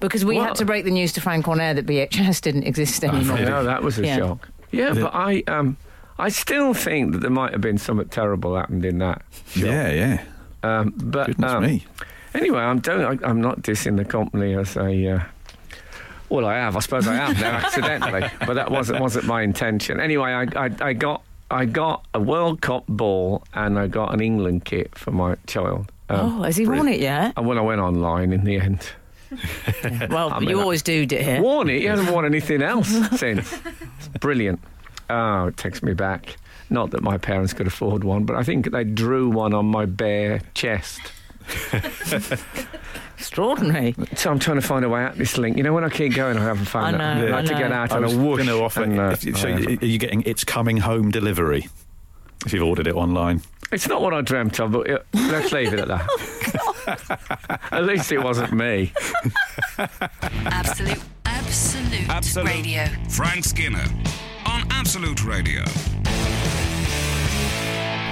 because we Well- had to break the news to Frank on air that BHS didn't exist No, anymore. that was a Yeah. shock. Yeah, but I um, I still think that there might have been something terrible happened in that. Yeah, yeah. Um, but Goodness um, me. Anyway, I'm don't, I, I'm not dissing the company as a. Uh, well, I have. I suppose I have now accidentally, but that wasn't wasn't my intention. Anyway, I, I, I got I got a World Cup ball and I got an England kit for my child. Um, oh, has he worn it yet? And when I went online in the end, Well, mean, you Oh, I- always do, dear. worn it. He hasn't worn anything else since. It's brilliant. Oh, it takes me back. Not that my parents could afford one, but I think they drew one on my bare chest. Extraordinary. So I'm trying to find a way out this link. You know, when I keep going, I haven't found I it. know, I had I to get know. out I on was a whoosh. gonna offer- and, uh, if you- so I haven't. are you getting it's coming home delivery if you've ordered it online? it's not what I dreamt of, but uh, let's leave it at that. Oh, at least it wasn't me. Absolute, absolute, Absolute. radio. Frank Skinner on Absolute Radio.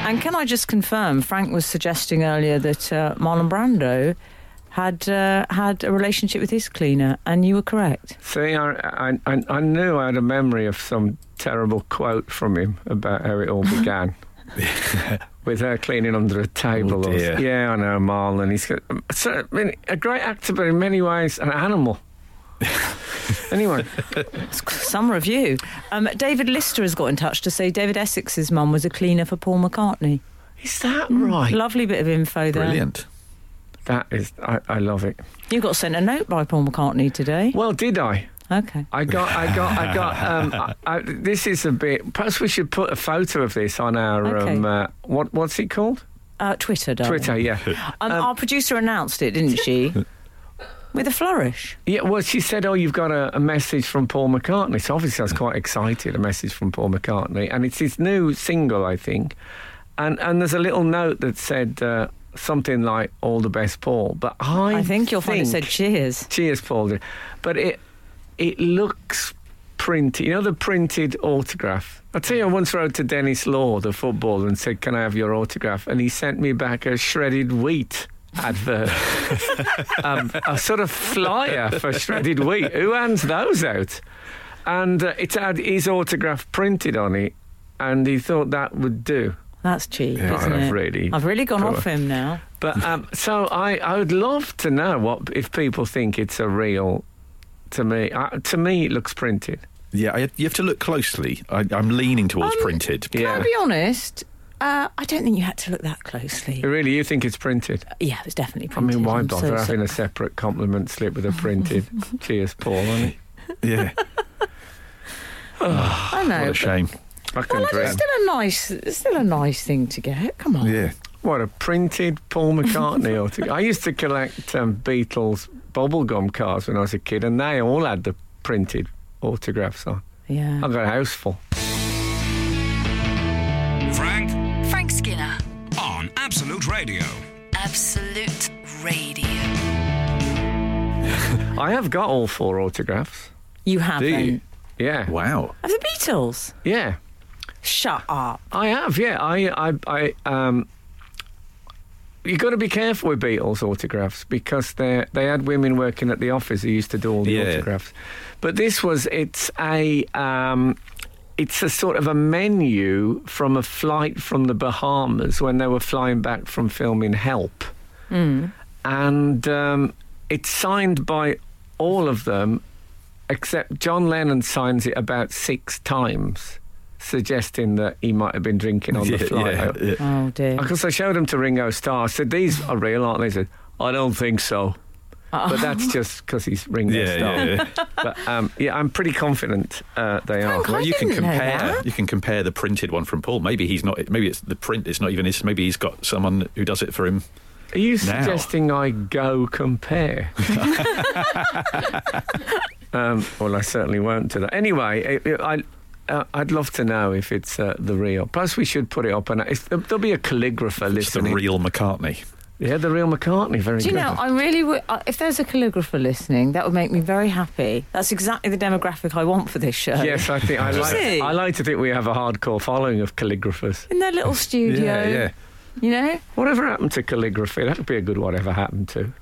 And can I just confirm? Frank was suggesting earlier that uh, Marlon Brando had uh, had a relationship with his cleaner, and you were correct. See, I, I, I I knew I had a memory of some terrible quote from him about how it all began. With her cleaning under a table. Oh, or- dear. yeah, I know, Marlon. He's got, so, I mean, a great actor, but in many ways, an animal. anyway, Some review. Um, David Lister has got in touch to say David Essex's mum was a cleaner for Paul McCartney. is that Mm. right? Lovely bit of info there. Brilliant. That is, I, I love it. You got sent a note by Paul McCartney today. Well, did I? Okay. I got, I got, I got. Um, I, I, this is a bit. Perhaps we should put a photo of this on our Okay. um, uh, what, what's it called? Uh, Twitter, darling. Twitter. Yeah, Um, our producer announced it, didn't she? With a flourish. yeah. Well, she said, "Oh, you've got a, a message from Paul McCartney." So obviously, I was quite excited. A message from Paul McCartney, and it's his new single, I think. And and there's a little note that said uh, something like "All the best, Paul." But I, I think you'll find it said think- cheers. Cheers, Paul. But it it looks printed. You know the printed autograph. I tell you, I once wrote to Dennis Law, the footballer, and said, "Can I have your autograph?" And he sent me back a shredded wheat advert, um, a sort of flyer for shredded wheat. Who hands those out? And uh, it had his autograph printed on it, and he thought that would do. That's cheap, Yeah, isn't I've it? really- I've really gone Poor. off him now. But um, so I, I would love to know what if people think it's a real. To me, uh, to me, it looks printed. Yeah, I, you have to look closely. I, I'm leaning towards Um, printed. Yeah. Can I be honest? Uh, I don't think you had to look that closely. Uh, Really, you think it's printed? Yeah, it was definitely I printed. mean, why I'm bother so- so- having a separate compliment slip with a printed "Cheers, Paul" on it? Yeah, I know. what a but- shame. I can Well, dream. it's still a nice, it's still a nice thing to get. Come on. Yeah, What a printed Paul McCartney autograph! I used to collect um, Beatles bubblegum cards when I was a kid, and they all had the printed autographs on. Yeah. I've got a house full. Frank Frank Skinner, on Absolute Radio. Absolute Radio. I have got all four autographs. You have. do then. you? Yeah, Wow. Of the Beatles. yeah. Shut up. I have, yeah. I, I, I um, you got to be careful with Beatles autographs because they they had women working at the office who used to do all the Yeah. autographs. But this was it's a um, it's a sort of a menu from a flight from the Bahamas when they were flying back from filming Help, and um, it's signed by all of them except John Lennon signs it about six times, suggesting that he might have been drinking on the Yeah, flight. yeah, yeah. Oh dear. Because I showed them to Ringo Starr. I said, These are real, aren't they? He said, I don't think so. But that's just because he's Ringo Yeah, Starr. yeah, yeah. But um, yeah, I'm pretty confident uh, they are. Frank, I Well, you can didn't know compare. that. You can compare the printed one from Paul. Maybe he's not. Maybe it's the print. It's not even his. Maybe he's got someone who does it for him. Are you suggesting I go compare? um, well, I certainly won't today. Anyway, I, I, uh, I'd love to know if it's uh, the real. Plus, we should put it up, and if, there'll be a calligrapher It's the listening. real McCartney. Yeah, the real McCartney. Very Do you good. know? I really would. uh, If there's a calligrapher listening, that would make me very happy. That's exactly the demographic I want for this Uh, show. yes, I think I you see? like. I like to think we have a hardcore following of calligraphers. In their little studio. You know. Whatever happened to calligraphy? That would be a good whatever happened to.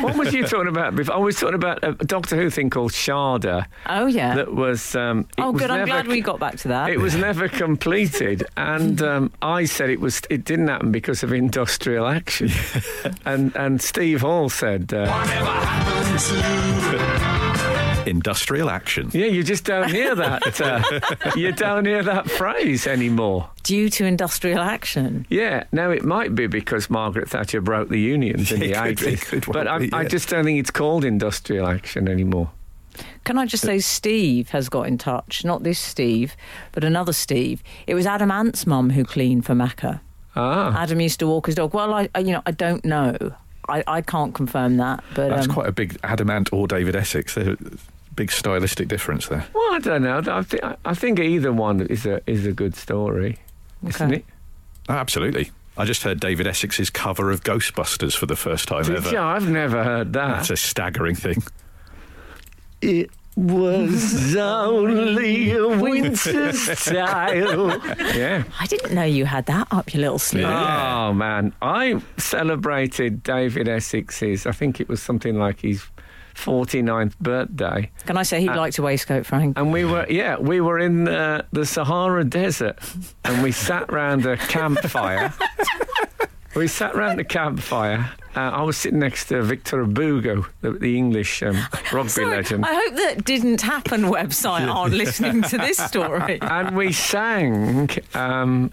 what was you talking about before? I was talking about a Doctor Who thing called Sharda Oh yeah. that was. Um, it oh was good. I'm never glad we got back to that. It was never completed, and um, I said it was. It didn't happen because of industrial action, and and Steve Hall said, uh, Industrial action. "Yeah, you just don't hear that. Uh, you don't hear that phrase anymore." Due to industrial action. Yeah, now it might be because Margaret Thatcher broke the unions in the Yeah, it could be, eighties, could well but I, be, I yeah. just don't think it's called industrial action anymore. Can I just say, Steve has got in touch. Not this Steve, but another Steve. It was Adam Ant's mum who cleaned for Macca. Ah, Adam used to walk his dog. Well, I, I- you know, I don't know. I, I can't confirm that, but That's um, quite a big Adamant or David Essex. They're- Big stylistic difference there. well, I don't know. I, th- I think either one is a is a good story, isn't Okay. it? Oh, absolutely. I just heard David Essex's cover of Ghostbusters for the first time Did ever. you? I've never heard that. That's a staggering thing. It was only a winter's tale. Yeah. I didn't know you had that up your little sleeve. Oh man, I celebrated David Essex's. I think it was something like his 49th birthday, Can I say he liked a waistcoat, Frank? and we were yeah we were in the, the Sahara Desert, and we sat round a campfire. We sat round the campfire. Uh, I was sitting next to Victor Abugo, the, the English um, rugby Sorry, legend. I hope that didn't happen. Website aren't listening to this story. and we sang um,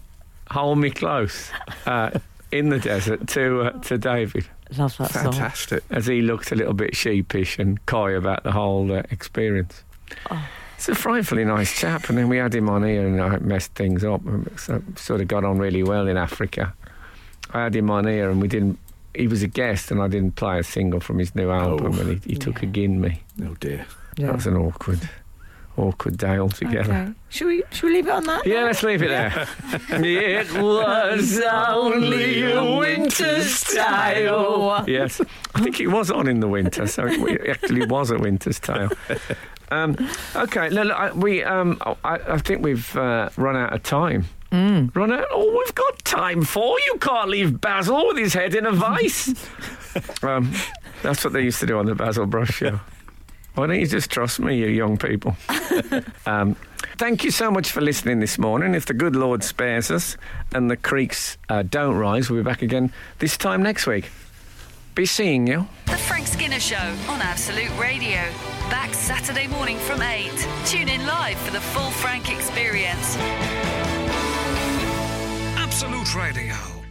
"Hold Me Close" uh, in the desert to uh, to David Love that song. Fantastic. as he looked a little bit sheepish and coy about the whole uh, experience. Oh. He's a frightfully nice chap, and then we had him on here, and I messed things up. and So, sort of got on really well in Africa. I had him on here, and we didn't. He was a guest, and I didn't play a single from his new album, and he, he took Yeah. again me. Oh dear. Yeah. That was an awkward, awkward day altogether. Okay. Should we should we leave it on that? Yeah, let's leave it there. it was only a winter's tale. Yes, I think it was on in the winter, so it actually was a winter's tale. Um, okay, no, look, I, we, um, I, I think we've uh, run out of time. Run out? Oh, we've got time for you. Can't leave Basil with his head in a vice. um, that's what they used to do on the Basil Brush show. Why don't you just trust me, you young people? Um, thank you so much for listening this morning. If the good Lord spares us and the creeks uh, don't rise, we'll be back again this time next week. Be seeing you. The Frank Skinner Show on Absolute Radio. Back Saturday morning from 8. Tune in live for the full Frank experience. Absolute Radio.